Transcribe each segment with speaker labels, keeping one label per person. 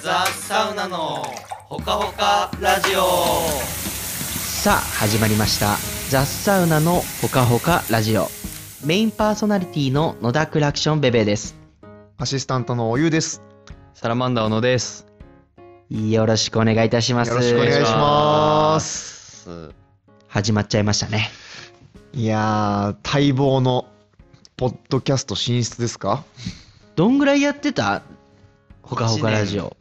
Speaker 1: ザ・サウナのほかほかラジオ
Speaker 2: さあ始まりました「ザ・サウナのほかほかラジオ」メインパーソナリティの野田クラクションベベです
Speaker 3: アシスタントのおゆうです。
Speaker 4: サラマンダー小野です。
Speaker 2: よろしくお願いいたします
Speaker 3: よろしくお願いします。
Speaker 2: 始まっちゃいましたね
Speaker 3: いやー、待望のポッドキャスト進出ですか
Speaker 2: どんぐらいやってたほかほかラジオ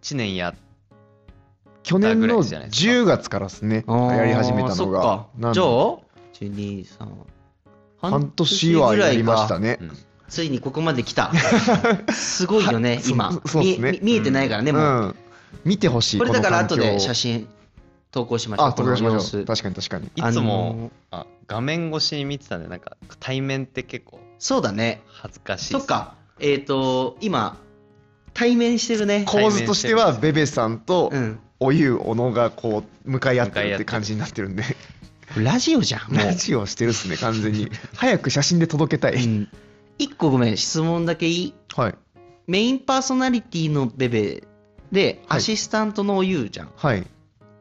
Speaker 4: 1年や、
Speaker 3: 去年
Speaker 4: ぐら
Speaker 3: の
Speaker 4: いじゃないですか
Speaker 3: 10月からですね、
Speaker 2: あー
Speaker 3: やり始めたの
Speaker 2: そ
Speaker 3: が。
Speaker 2: っか
Speaker 3: なんで
Speaker 2: じゃあ123
Speaker 3: 半年はやりました
Speaker 2: ね
Speaker 3: ね
Speaker 4: う。ん
Speaker 2: ついにここまで来たすごいよね
Speaker 3: は
Speaker 2: 今
Speaker 3: そそうっすね
Speaker 2: みみ見えてないからね、
Speaker 3: う。
Speaker 2: もうん
Speaker 3: 見てほしい。
Speaker 2: これだから後で写
Speaker 3: 真。
Speaker 2: 真投稿しましょう
Speaker 3: あ、投稿しまし
Speaker 2: この
Speaker 3: ょう。
Speaker 2: 様子
Speaker 3: 確かに確かに。
Speaker 4: いつも、あ画面越しに見てたんで、なんか対面って結構
Speaker 2: そうだね
Speaker 4: 恥ずかしい
Speaker 2: そっ。かえっ、と今対面してるね
Speaker 4: こ
Speaker 3: 構図としては、ベベさんと
Speaker 2: うん
Speaker 3: おゆう、おのがこう、向かい合ってるって感じになってるんで、
Speaker 2: ラジオじゃんもう
Speaker 3: ラジオしてるっすね、完全に。早く写真で届けたい。
Speaker 2: うん、1個ごめん質問だけいい
Speaker 3: はい。
Speaker 2: メインパーソナリティのベベで、
Speaker 3: はい
Speaker 2: アシスタントのおゆうじゃん
Speaker 3: はい。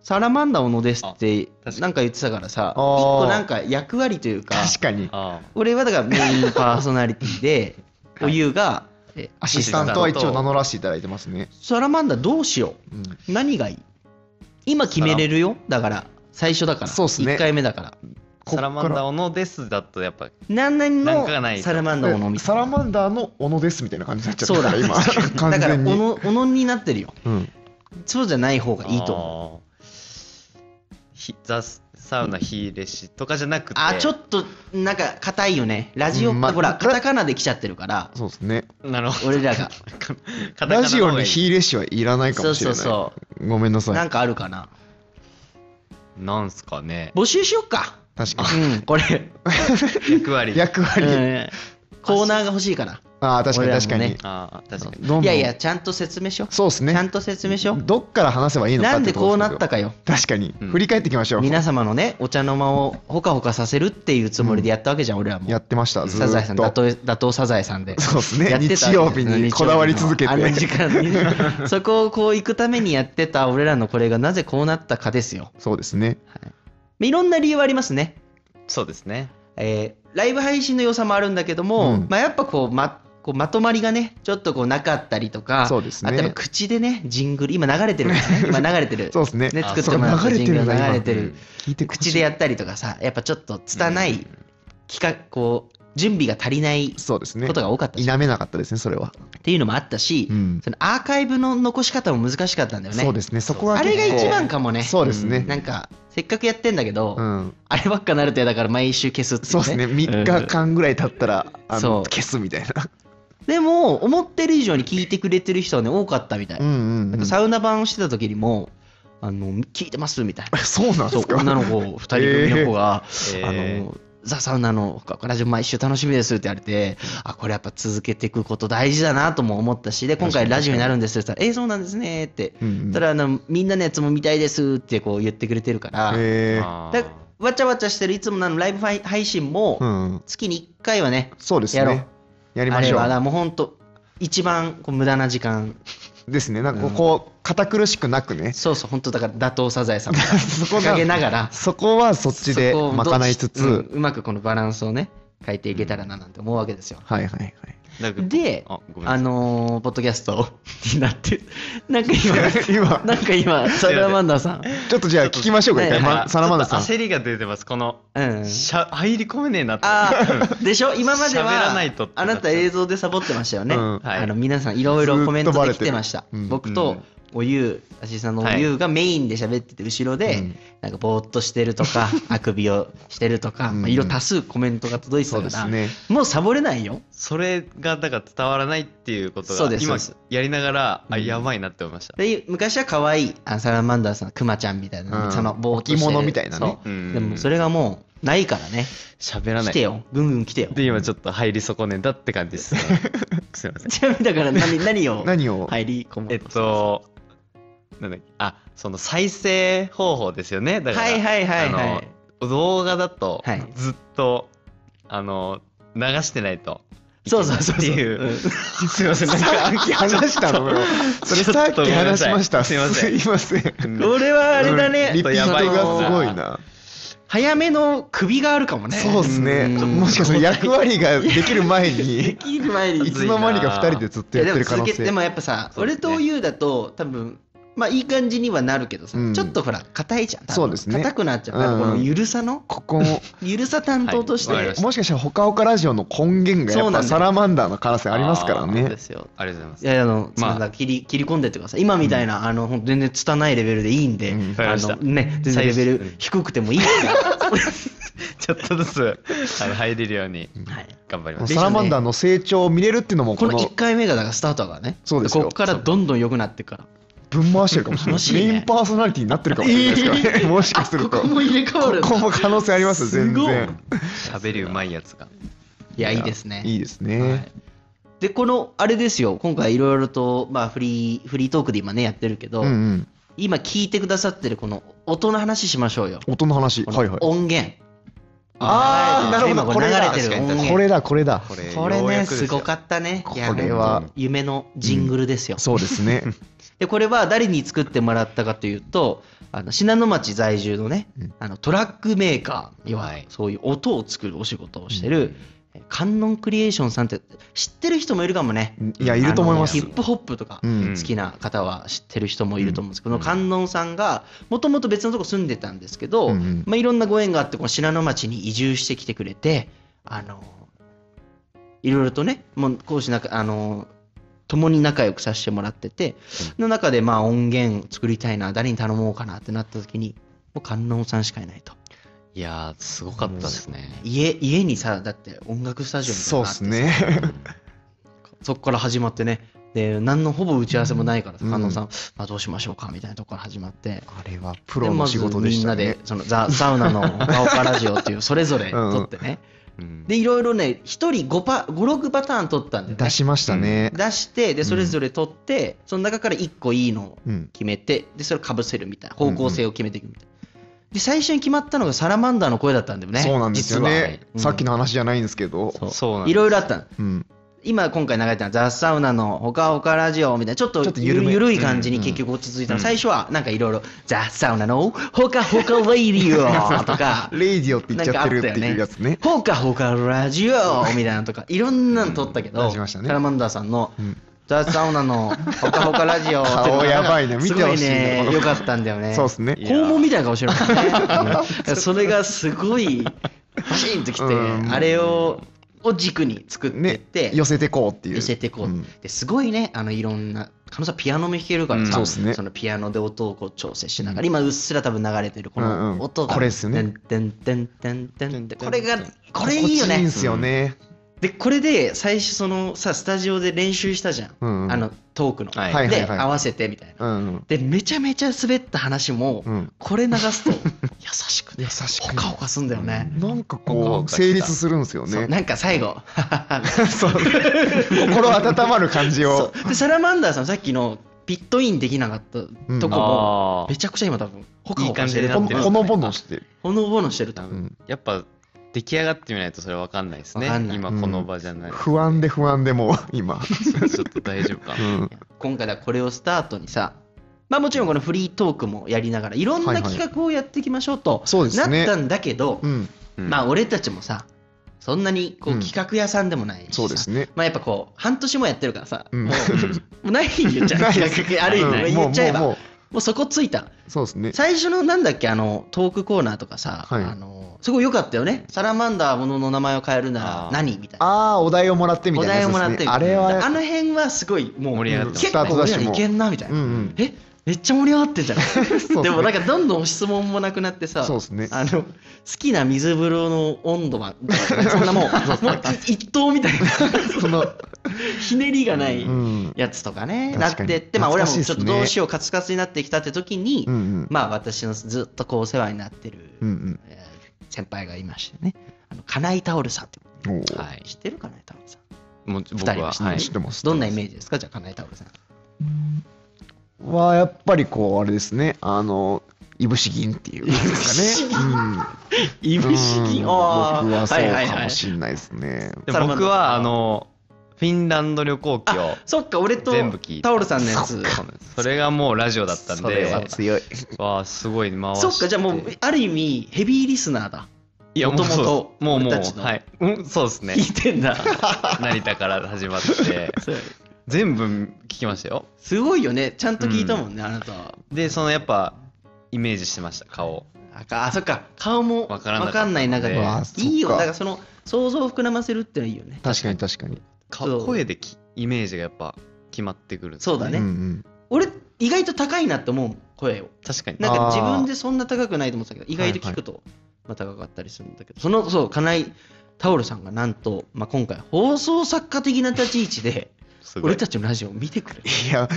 Speaker 2: サラマンダ小野ですって
Speaker 4: あ確かに
Speaker 2: なんか言ってたからさ1
Speaker 3: あー
Speaker 2: 個なんか役割というか
Speaker 3: 確かに。
Speaker 4: あ
Speaker 2: 俺はだからメインパーソナリティでおゆうがえ
Speaker 3: アシスタントは一応名乗らせていただいてますね。
Speaker 2: サラマンダどうしよ
Speaker 3: うん
Speaker 2: う何がいい今決めれるよだから最初だから
Speaker 3: そうっすね
Speaker 2: 1回目だから
Speaker 4: サ
Speaker 3: こっから
Speaker 4: ラマンダー小野ですだと、やっぱ、
Speaker 2: 何々
Speaker 4: なんかがないと
Speaker 2: のサラマンダ小野みた
Speaker 3: サ
Speaker 2: いな
Speaker 3: ラマンダーの小野ですみたいな感じになっちゃった
Speaker 2: そう
Speaker 3: か
Speaker 2: だ
Speaker 3: ら今 完
Speaker 2: だから小
Speaker 3: 全に、
Speaker 2: 野小野になってるよ
Speaker 3: うん、
Speaker 2: そうじゃない方がいいと思う
Speaker 4: 思う。ひザ・サウナ・ヒーレシとかじゃなくて、
Speaker 2: あちょっとなんか硬いよねラジオっ
Speaker 3: う
Speaker 2: て
Speaker 3: んま
Speaker 2: ほらカタカナで来ちゃってるから
Speaker 3: そうですね
Speaker 4: と、なるほど。
Speaker 2: 俺らが
Speaker 4: カタカナの方がいい
Speaker 3: ラジオにヒーレシはいらないか
Speaker 2: そ
Speaker 3: も
Speaker 2: うそ
Speaker 3: しれ
Speaker 2: う
Speaker 3: ない
Speaker 2: そ
Speaker 3: ごめんな
Speaker 2: う
Speaker 3: さ
Speaker 2: ないんかあるかな
Speaker 4: なんすか ね。
Speaker 2: 募集しよっか
Speaker 3: 確か
Speaker 2: うん これ
Speaker 4: 役割
Speaker 3: に。役割、
Speaker 2: うんコーナーが欲しいから
Speaker 3: ああ確かに
Speaker 2: 俺らも
Speaker 3: 確かに、
Speaker 2: ね
Speaker 4: ああ、確かに。
Speaker 3: どんどん
Speaker 2: いやいやちゃんと説明しよう
Speaker 3: そうです
Speaker 2: ちゃん
Speaker 3: ね
Speaker 2: と説明しよう
Speaker 3: どっから話せばいいのか
Speaker 2: な
Speaker 3: っ
Speaker 2: ん
Speaker 3: て
Speaker 2: で
Speaker 3: と
Speaker 2: こう
Speaker 3: です
Speaker 2: な
Speaker 3: よ
Speaker 2: ったかよ
Speaker 3: 確かに、
Speaker 4: うん
Speaker 3: 振り返っていきましょう
Speaker 2: 皆様のねお茶の間をほかほかさせるっていうつもりでやったわけじゃん俺らも
Speaker 3: やってましたず
Speaker 2: サザエさ
Speaker 3: ー
Speaker 2: ん
Speaker 3: っ
Speaker 2: 打
Speaker 3: と
Speaker 2: 倒打倒サザエさんで
Speaker 3: そうですね
Speaker 2: やってた
Speaker 3: 日曜日にこだわり続けて
Speaker 2: あの時間にね そこをこう行くためにやってた俺らのこれがなぜこうなったかですよ
Speaker 3: そうですね
Speaker 2: いろんな理由はありますね、
Speaker 4: そうですね。
Speaker 2: えーライブ配信の良さもあるんだけども、
Speaker 3: うん
Speaker 2: まあ、やっぱこうまこうまとまりがねちょっとこうなかったりとか
Speaker 3: そうですね
Speaker 2: あとは口でねジングル今流れてるんです ね今流れてる
Speaker 3: そうですね
Speaker 2: ね
Speaker 4: あ
Speaker 2: 作ってもらっ
Speaker 3: そ
Speaker 2: た
Speaker 3: う流
Speaker 2: ジ
Speaker 3: れ
Speaker 2: ン
Speaker 3: て
Speaker 2: グル
Speaker 3: るな
Speaker 2: が流れ
Speaker 3: 今
Speaker 2: てる
Speaker 3: 聞いてほしい
Speaker 2: 口でやったりとかさやっぱちょっと拙い企画こう準備が足りない
Speaker 3: そうですね
Speaker 2: ことが多かったし
Speaker 3: 否めなかったですねそれは、
Speaker 2: っていうのもあったし、
Speaker 3: うん
Speaker 2: そのアーカイブの残し方も難しかったんだよね
Speaker 3: そうですねそこは
Speaker 2: あれが
Speaker 3: 結構
Speaker 2: 一番かもね
Speaker 3: そうですね、
Speaker 2: なんかせっかくやってんだけど、
Speaker 3: うん、
Speaker 2: あればっかなるとやだから毎週消すってい
Speaker 3: そうですね3日間ぐらい経ったらあ
Speaker 2: そう
Speaker 3: の消すみたいな
Speaker 2: でも思ってる以上に聞いてくれてる人はね多かったみたい、
Speaker 3: うんうんう
Speaker 2: なん
Speaker 3: ん
Speaker 2: かサウナ版をしてた時にも「あの聞いてます」みたいな
Speaker 3: そうなんで
Speaker 2: そう
Speaker 3: すか
Speaker 2: 女の子2人組の子が「
Speaker 4: え
Speaker 2: あ
Speaker 4: ー
Speaker 2: のザ・サウナのラジオ毎週楽しみです」って言われてあこれやっぱ続けていくこと大事だなとも思ったしで今回ラジオになるんですって言ったら「えーそうなんですね」って
Speaker 3: うんうん
Speaker 2: ただあのみんなのやつも見たいですってこう言ってくれてるから、
Speaker 3: へー
Speaker 4: あー
Speaker 2: だわちゃわちゃしてるいつものあのライブ配配信も
Speaker 3: うん
Speaker 2: 月に1回はね、
Speaker 3: そうです
Speaker 2: やろう
Speaker 3: ねやり
Speaker 2: あ
Speaker 3: ま
Speaker 2: れ
Speaker 3: しょ
Speaker 2: はな
Speaker 3: う
Speaker 2: もうほんと一番こう無駄な時間
Speaker 3: ですねなんかこう堅苦しくなく ね
Speaker 2: そうそう本当だから打倒サザエさんも
Speaker 3: そこ
Speaker 2: 掲げ
Speaker 3: が
Speaker 2: ながら
Speaker 3: そこはそっちで
Speaker 2: そこをどう
Speaker 3: まかないつ
Speaker 2: うん
Speaker 3: つ
Speaker 2: うまくこのバランスをね変えていけたらななんて思うわけですよ、
Speaker 3: はいはい はい
Speaker 4: だから
Speaker 2: で
Speaker 4: あごめんなさ
Speaker 2: あ
Speaker 4: い
Speaker 2: のーポッドキャストになってなんか今
Speaker 3: 今
Speaker 2: なんか今サラマンダーさん
Speaker 3: ちょっとじゃあ聞きましょうか一回
Speaker 2: はい
Speaker 3: まサラマンダさん
Speaker 4: ちょっと焦りが出てますこの、
Speaker 2: うん
Speaker 4: しゃ入り込めねえなって
Speaker 2: あ あでしょ今まで
Speaker 4: 喋ら
Speaker 2: は
Speaker 4: ないとって
Speaker 2: あ
Speaker 4: なっちゃう
Speaker 2: なた映像でサボってましたよね、
Speaker 3: うん
Speaker 4: はい
Speaker 2: あの皆さんいろいろコメント
Speaker 3: ずっとバ
Speaker 2: で
Speaker 3: レ
Speaker 2: 来
Speaker 3: てる
Speaker 2: てました、
Speaker 3: うん
Speaker 2: 僕とおゆうアシスタントのおゆうがメインで喋ってて後ろで、
Speaker 3: うん
Speaker 2: なんかぼーっとしてると かあくびをしてるとか、
Speaker 3: うん
Speaker 2: まあ、色多数コメントが届いてた
Speaker 3: そ
Speaker 2: か
Speaker 3: うで
Speaker 2: ら、
Speaker 3: すね
Speaker 2: もうサボれないよ
Speaker 4: それがだから伝わらないっていうこと
Speaker 2: そう
Speaker 4: が
Speaker 2: です
Speaker 4: 今
Speaker 2: そう
Speaker 4: やりながら、
Speaker 2: う
Speaker 4: あ
Speaker 2: ん
Speaker 4: やばいなって思いました、
Speaker 2: で昔は可愛いあサラマンダーさんクマちゃんみたいな、
Speaker 3: うん
Speaker 2: そのぼーっとしてる
Speaker 3: 置物みたいなね
Speaker 2: そ
Speaker 4: う
Speaker 2: う
Speaker 4: ん
Speaker 2: でもそれがもうないからね
Speaker 4: 喋らな
Speaker 2: 来
Speaker 4: い
Speaker 2: てよぐんぐん来てよ
Speaker 4: で今ちょっと入り損ねたって感じですねすいません
Speaker 2: ちなみにだから何何を
Speaker 3: 何を
Speaker 2: 入り込も
Speaker 4: えっ
Speaker 2: うとしてます
Speaker 4: となんだっけあその再生方法ですよねだから、
Speaker 2: はいはいはいは
Speaker 4: あ
Speaker 2: い
Speaker 4: の動画だと
Speaker 2: はい
Speaker 4: ずっと、あの流してないと
Speaker 2: そうそうそう
Speaker 4: って
Speaker 2: そう
Speaker 4: いうう。
Speaker 2: ん
Speaker 4: すいません、なん
Speaker 3: さ
Speaker 4: か。
Speaker 3: っき話 したのよ。それさっき話しました。
Speaker 4: ちょっとごめんなさい
Speaker 3: すいません。
Speaker 2: これはあれだね
Speaker 3: うんリピートがすごいな。
Speaker 2: 早めの首があるかもね
Speaker 3: そうですね。
Speaker 2: ん
Speaker 3: もしかしたら役割ができる前 に、
Speaker 2: 切る前に
Speaker 3: いつの間にか二人でずっとやってる可
Speaker 2: いやでも続
Speaker 3: 能
Speaker 2: けて
Speaker 3: 性。
Speaker 2: もやっぱさ、
Speaker 4: そうで
Speaker 2: 俺
Speaker 4: すね
Speaker 2: とユウだと多分まあいい感じにはなるけどさ、
Speaker 3: うん
Speaker 2: ちょっとほら硬いじゃん多分
Speaker 3: そうですね
Speaker 2: 硬くなっちゃうから、
Speaker 3: うん
Speaker 2: このゆるさの
Speaker 3: ここも、
Speaker 2: ゆるさ担当として、
Speaker 4: はいわかりました
Speaker 3: もしかしたらほかほかラジオの根源が
Speaker 2: そ
Speaker 3: や
Speaker 2: う
Speaker 3: っ
Speaker 2: なん
Speaker 3: ぱ
Speaker 2: だよ
Speaker 3: サラマンダーの可能性ありますから
Speaker 2: そう
Speaker 3: ね
Speaker 2: で。すよ
Speaker 4: ありがとうご
Speaker 2: い
Speaker 4: ざい
Speaker 2: やいやあの、
Speaker 4: まあ
Speaker 2: まあ、切り切り込んでってください今みたいな、あのほんと全然拙いレベルでいいんで、
Speaker 3: うんわ
Speaker 4: かり
Speaker 2: あ
Speaker 4: ました
Speaker 2: のね全然レベル
Speaker 4: 最初
Speaker 2: 低くてもいい から、
Speaker 4: ます。ちょっとずつ、あの、入れるように
Speaker 2: はい、
Speaker 4: 頑張り
Speaker 3: この
Speaker 4: ます。
Speaker 3: サラマンダーの成長を見れるっていうのも、
Speaker 2: こ
Speaker 3: こ
Speaker 2: の
Speaker 3: の
Speaker 2: 1回目がだからスタートだからね
Speaker 3: そうですよ
Speaker 2: ここからどんどん良くなっていくから
Speaker 3: ぶん回してるかもしれ
Speaker 2: 楽
Speaker 3: な
Speaker 2: しい
Speaker 3: い。
Speaker 2: ね
Speaker 3: メインパーソナリティになってるかもしれないですからね。もしかすると。
Speaker 2: ここも入れ替わるんだ
Speaker 3: ここも可能性ありますよ、全
Speaker 2: すごい
Speaker 3: 然。
Speaker 4: 喋りうまいやつが。
Speaker 2: いやいいですね
Speaker 3: いいです
Speaker 2: は
Speaker 3: ね
Speaker 2: い。でこのあれですよ今回いろいろと、まあ、フリーフリートークで今ねやってるけど、
Speaker 3: うんうん。
Speaker 2: 今聞いてくださってるこの音の話しましょうよ
Speaker 3: 音の話。
Speaker 2: こ
Speaker 3: はい
Speaker 2: の
Speaker 3: はい。
Speaker 2: 音源、
Speaker 3: あーなるほど
Speaker 2: 今これ流れてる音源
Speaker 3: これだ、これだ。
Speaker 4: これ、
Speaker 2: これ
Speaker 4: ようや
Speaker 2: ね
Speaker 4: くですよ
Speaker 2: ごかったねいや
Speaker 3: これは
Speaker 2: 本当に夢のジングルですよ、
Speaker 3: そうですね。
Speaker 2: でこれは誰に作ってもらったかというとあの信濃町在住のね、
Speaker 3: うん
Speaker 2: あのトラックメーカー要は
Speaker 4: はい
Speaker 2: そういう音を作るお仕事をしてる、え観音クリエーションさんって知ってる人もいるかもね
Speaker 3: いや、いると思いま
Speaker 2: あ
Speaker 3: す
Speaker 2: のヒ。ップホップとか、
Speaker 3: うん
Speaker 2: 好きな方は知ってる人もいると思うんですけど、この観音さんがもともと別のとこ住んでたんですけど、
Speaker 3: うんうん
Speaker 2: まあ、いろんなご縁があってこの信濃町に移住してきてくれてあのいろいろとねもう講師なんかあの共に仲良くさせてもらってて、の中でまあ音源作りたいな誰に頼もうかなってなった時にもう観音さんしかいないと
Speaker 4: いやー、すごかったですね。
Speaker 2: 家家にさだって音楽スタジオみたいな
Speaker 3: そう
Speaker 2: の
Speaker 3: で
Speaker 2: があって
Speaker 3: す
Speaker 2: さ
Speaker 3: ね。
Speaker 2: そこから始まってねで何のほぼ打ち合わせもないからさ
Speaker 3: うん
Speaker 2: 観音さん、まあ、どうしましょうかみたいなとこから始まって
Speaker 3: あれはプロの仕
Speaker 2: で
Speaker 3: 事で
Speaker 2: まずみ
Speaker 3: し
Speaker 2: んな
Speaker 3: た
Speaker 2: で
Speaker 3: ね。
Speaker 2: そのザ・サウナの 「ガオカラジオ」っていうそれぞれ
Speaker 3: うん
Speaker 2: 撮ってね、
Speaker 4: うん
Speaker 2: でいろいろね1人5パ56パターン撮ったんで、ね、
Speaker 3: 出しましたね。
Speaker 2: 出してでそれぞれ撮って、その中から1個いいのを
Speaker 3: うん。
Speaker 2: 決めてでそれかぶせるみたいな方向性を決めていくみたいな、で最初に決まったのがサラマンダーの声だったんだよね
Speaker 3: そうなんですよ
Speaker 2: 実は
Speaker 3: ね。
Speaker 2: うん
Speaker 3: さっきの話じゃないんですけど。
Speaker 2: そう
Speaker 4: そうなんです
Speaker 2: いろいろあったの
Speaker 3: うん。
Speaker 2: 今今回流れたのは「ザ・サウナのほかほかラジオ」みたいなちょっと
Speaker 3: ちょっと緩め
Speaker 2: ゆるい感じに結局落ち着いたの、最初はなんかいろいろ「ザ・サウナのほかほかラジオ」とか
Speaker 3: レイディオって言っちゃってるっていうやつね
Speaker 2: 「。ほかほかラジオ」みたいなの とかいろんなの撮ったけ
Speaker 3: う
Speaker 2: ど、
Speaker 3: ん出しましたね
Speaker 2: カラマンダーさんの
Speaker 3: うん
Speaker 2: 「ザ・サウナのほかほかラジオ」ってうの
Speaker 3: 顔
Speaker 2: が
Speaker 3: やばいね見てほしい
Speaker 2: すご
Speaker 3: ね
Speaker 2: いね
Speaker 3: この
Speaker 2: よかったんだよね
Speaker 3: そうですね。
Speaker 2: 肛門みたいな顔してるもんね うんそれがすごいパシンときて
Speaker 3: うん
Speaker 2: あれをを軸に作ってっ
Speaker 3: ね
Speaker 2: て、。
Speaker 3: 寄せてこうっていう。
Speaker 2: 寄せてこう、
Speaker 3: ん
Speaker 2: ですごいねあのいろんな彼女はピアノも弾けるからさ、
Speaker 3: うんそうっすね
Speaker 2: のピアノで音をこう調整しながら、
Speaker 3: うん
Speaker 2: 今うっすら多分流れてるこ
Speaker 3: うんうん
Speaker 2: の音が、
Speaker 3: これっすよね
Speaker 2: てんてんてんてんてんってこれがこれいいよ
Speaker 3: 心地いいん
Speaker 2: ね
Speaker 3: すよね。
Speaker 2: でこれで最初そのさスタジオで練習したじゃん、
Speaker 3: うんうん
Speaker 2: あのトークの、
Speaker 4: はい
Speaker 3: はいはい
Speaker 2: で
Speaker 3: はい
Speaker 2: 合わせてみたいな、
Speaker 3: うん。
Speaker 2: でめちゃめちゃ滑った話も、
Speaker 3: うん。
Speaker 2: これ流 すと優しくね
Speaker 3: 優しく
Speaker 2: ほかほかすんだよね、
Speaker 3: なんか
Speaker 4: ほか
Speaker 3: こ
Speaker 4: ほか
Speaker 3: う、
Speaker 4: した
Speaker 3: 成立するんですよ
Speaker 2: そう
Speaker 3: ね。
Speaker 2: なんか最後
Speaker 3: 心温まる感じ
Speaker 2: そ
Speaker 3: を。
Speaker 2: うでサラマンダーさんさっきのピットインできなかったとこも、
Speaker 4: あ
Speaker 2: めちゃくちゃ今多分ほかほかして
Speaker 4: いい
Speaker 2: る
Speaker 4: 感
Speaker 2: ほ
Speaker 4: じになってる
Speaker 3: ほのぼのしてる。
Speaker 2: のぼのしてると
Speaker 4: あ
Speaker 2: 思う
Speaker 3: うん
Speaker 4: やっぱ出来上がってみないとそれわかんないですね
Speaker 2: わかんない
Speaker 4: 今この場じゃない、
Speaker 3: 不安で不安でもう、今。
Speaker 4: ちょっと大丈夫か、
Speaker 3: うん
Speaker 2: 今回だからこれをスタートにさまあもちろんこのフリートークもやりながらいろん
Speaker 3: はい
Speaker 2: な
Speaker 3: はい
Speaker 2: 企画をやっていきましょうと
Speaker 3: そうです
Speaker 2: な
Speaker 3: ね
Speaker 2: ったんだけど、
Speaker 3: うん。
Speaker 4: うん
Speaker 2: まあ俺たちもさそんなにこ
Speaker 3: う
Speaker 2: うん企画屋さんでもないしさ
Speaker 3: そうですね。
Speaker 2: まあやっぱこう半年もやってるからさ、
Speaker 3: うん
Speaker 2: も うない言っちゃう
Speaker 3: ない
Speaker 2: 企画ある意
Speaker 3: う
Speaker 2: 味
Speaker 3: ん
Speaker 2: 言っちゃえば、
Speaker 3: もう
Speaker 2: も
Speaker 3: もうも
Speaker 2: うそこついた
Speaker 3: うそうですね。
Speaker 2: 最初のなんだっけあのトークコーナーとかさ、
Speaker 3: はい
Speaker 2: あのすごい良かったよねサラマンダーものの名前を変えるなら
Speaker 4: あー
Speaker 2: 何みたいな
Speaker 3: ああ、お題をもらってみ
Speaker 2: お
Speaker 3: たいな
Speaker 2: 題
Speaker 3: や
Speaker 2: を
Speaker 3: つ
Speaker 2: もらっ
Speaker 3: で
Speaker 2: てみ
Speaker 3: すね。
Speaker 2: た
Speaker 3: あれ
Speaker 2: あ
Speaker 3: は、
Speaker 2: の辺はすごいもう
Speaker 4: 盛り上がってます
Speaker 2: 結構俺らいけんなみたい
Speaker 3: うん
Speaker 2: な、
Speaker 3: うん。
Speaker 2: えめっちゃ盛り上がってんじゃない
Speaker 3: そうっすね
Speaker 2: でもなんかどんどん質問もなくなってさ
Speaker 3: そうですね。
Speaker 2: あの好きな水風呂の温度 はそんなもうもう一等みたいな
Speaker 3: その、
Speaker 2: ひねりがない
Speaker 3: うん。
Speaker 2: やつとかね、
Speaker 3: うん
Speaker 2: なってって、
Speaker 3: 確かに
Speaker 2: まあ、俺らもちょっ
Speaker 3: 懐かしいっす
Speaker 2: とど
Speaker 3: ね
Speaker 2: うしようカツカツになってきたって時に、
Speaker 3: うんうん。
Speaker 2: まあ私のずっとこうお世話になってる、
Speaker 3: うん
Speaker 2: えー先輩がいましてねあの金井タオルさんって
Speaker 3: うん。おお。
Speaker 4: はい
Speaker 2: 知ってる金井タオルさん
Speaker 4: もう僕
Speaker 2: 二人
Speaker 4: は、
Speaker 2: は
Speaker 4: はい、
Speaker 3: 知ってます。
Speaker 2: どんなイメージですかじゃあ金井タオルさん
Speaker 3: はやっぱりこうあれですねあのいぶし銀っていうかね
Speaker 2: い
Speaker 3: うんうん僕
Speaker 2: ああ
Speaker 3: はそう
Speaker 2: はいはい
Speaker 3: か
Speaker 2: はい
Speaker 3: もしれないですね
Speaker 4: でも僕はあのフィンランド旅行記を
Speaker 2: そっか、俺と
Speaker 4: 全部聞いた
Speaker 2: タオルさんのやつ。
Speaker 4: そうなんですそれがもうラジオだったん
Speaker 3: それ
Speaker 4: で
Speaker 3: は強い。
Speaker 4: わあすごい回して
Speaker 2: そっか、じゃあもう、ある意味、ヘビーリスナーだ。
Speaker 4: いやもう
Speaker 2: 元々
Speaker 4: そうもうもう
Speaker 2: 俺たちの
Speaker 4: はい、うん、そうですね
Speaker 2: 聞いてんだ。
Speaker 4: 成田から始まって
Speaker 2: そう
Speaker 4: 全部聞きましたよ
Speaker 2: すごいよね。ちゃんと聞いたもんね、あなたは。
Speaker 4: でそのやっぱイメージしてました顔を
Speaker 2: あかあ、そっか、顔もわ
Speaker 4: わからなかった
Speaker 2: かんない中で
Speaker 4: う
Speaker 3: わ。そっか
Speaker 2: いいよ、だからその、想像を膨らませるってのはいいよね。
Speaker 3: 確かに確かに。
Speaker 4: か
Speaker 2: そう
Speaker 4: 声できイメージがやっぱ決まってくるんです
Speaker 2: そうだね。
Speaker 3: うんうん。
Speaker 2: 俺、意外と高いなって思うもん、声を。
Speaker 4: 確かに
Speaker 2: なんか
Speaker 3: あー
Speaker 2: 自分でそんな高くないと思ってたけど、意外と聞くと、まあ高かったりするんだけど、その、そう、金井タオルさんがなんと、まあ今回、放送作家的な立ち位置で、
Speaker 4: すごい
Speaker 2: 俺たちのラジオを見てくれる。
Speaker 3: いや、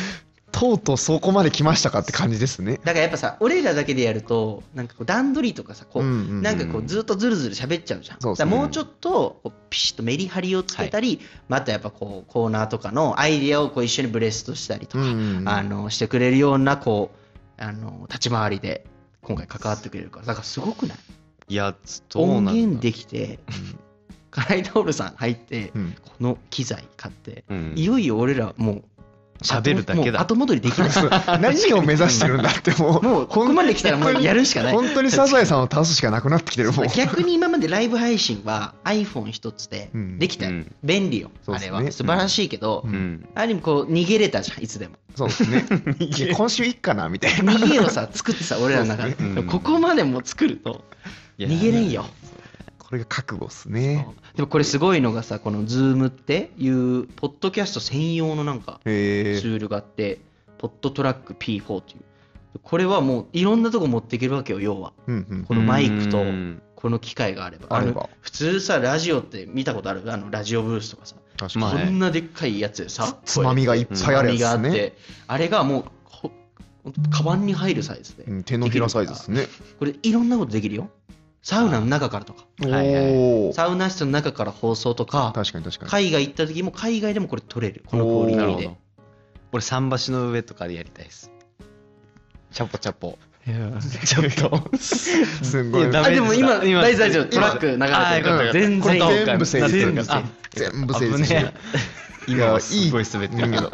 Speaker 3: とうとうそこまで来ましたかって感じですね。
Speaker 2: だからやっぱさ、俺らだけでやると、なんかこう段取りとかさ、こう、
Speaker 3: ん
Speaker 2: なんかこうずっとずるずる喋っちゃうじゃん。
Speaker 3: そうそ
Speaker 2: だ
Speaker 3: う
Speaker 2: からもうちょっとこうピシッとメリハリをつけたり、またやっぱこうコーナーとかのアイディアをこう一緒にブレストしたりとか、
Speaker 3: うんうん
Speaker 2: あのしてくれるようなこうあの立ち回りで今回関わってくれるからだからすごくない
Speaker 4: いやつどう
Speaker 2: 音
Speaker 4: なんだ
Speaker 2: 源できて 金井タオルさん入って、
Speaker 3: うん
Speaker 2: この機材買って、
Speaker 4: うん
Speaker 2: いよいよ俺らもう
Speaker 4: 喋るだけだ
Speaker 2: もう後戻りでき ない
Speaker 3: 何を目指してるんだって もう
Speaker 2: もうここまで来たらもうやるしかない
Speaker 3: 本当にサザエさんを倒すしかなくなってきてるもう
Speaker 2: 逆に今までライブ配信は iPhone 一つで
Speaker 3: うん
Speaker 2: できたよ、
Speaker 4: うん
Speaker 2: 便利よ、
Speaker 3: そう
Speaker 2: あ
Speaker 3: っす
Speaker 2: れ
Speaker 3: ね
Speaker 2: は素晴らしいけど、
Speaker 3: う
Speaker 4: うん
Speaker 2: ある意味こう逃げれたじゃんいつでも
Speaker 3: そうですねいや今週いっかなみ たいな
Speaker 2: 逃げをさ作ってさ俺らの中で
Speaker 4: そうっすね
Speaker 2: でもここまでもう作ると
Speaker 4: いや
Speaker 2: 逃げれんよ
Speaker 3: これが覚悟っすね
Speaker 2: でもこれすごいのがさこの Zoom っていうポッドキャスト専用のなんか
Speaker 3: へ
Speaker 2: ツールがあってポッドトラック P4 っていうこれはもういろんなとこ持っていけるわけよ要は
Speaker 3: うんうん
Speaker 2: このマイクと
Speaker 4: うん
Speaker 2: この機械があれば
Speaker 3: あれば
Speaker 2: の普通さラジオって見たことあるあのラジオブースとかさ
Speaker 3: 確
Speaker 4: まあ
Speaker 2: こ
Speaker 4: ね
Speaker 2: んなでっかいやつでさ
Speaker 3: つまみがいっぱいあるや
Speaker 2: つまみ
Speaker 3: つで
Speaker 2: があっ
Speaker 3: すね
Speaker 2: てあれがもうほほんとカバンに入るサイズで
Speaker 3: うん手のひらサイズですね
Speaker 2: これいろんなことできるよサウナの中からとか
Speaker 4: きるからはいはい
Speaker 3: おお
Speaker 2: サウナ室の中から放送とか
Speaker 3: 確かに確かに
Speaker 2: 海外行った時も海外でもこれ撮れるこのクオリテ
Speaker 4: なる
Speaker 2: ィ
Speaker 4: ほ
Speaker 2: で
Speaker 4: ど俺桟橋の上とかでやりたいですチャポチャポちょっと
Speaker 3: すんごい
Speaker 4: いやダメ
Speaker 2: あでも今
Speaker 4: ダメ
Speaker 2: 大丈夫
Speaker 4: 今
Speaker 2: トラック流れてる
Speaker 4: あーよかったよかった
Speaker 2: 全然
Speaker 4: これどう
Speaker 3: 全部成立
Speaker 4: 全部
Speaker 3: あ全部成立
Speaker 4: 危ねえ今はい
Speaker 3: やいい
Speaker 4: すごい滑ってるけど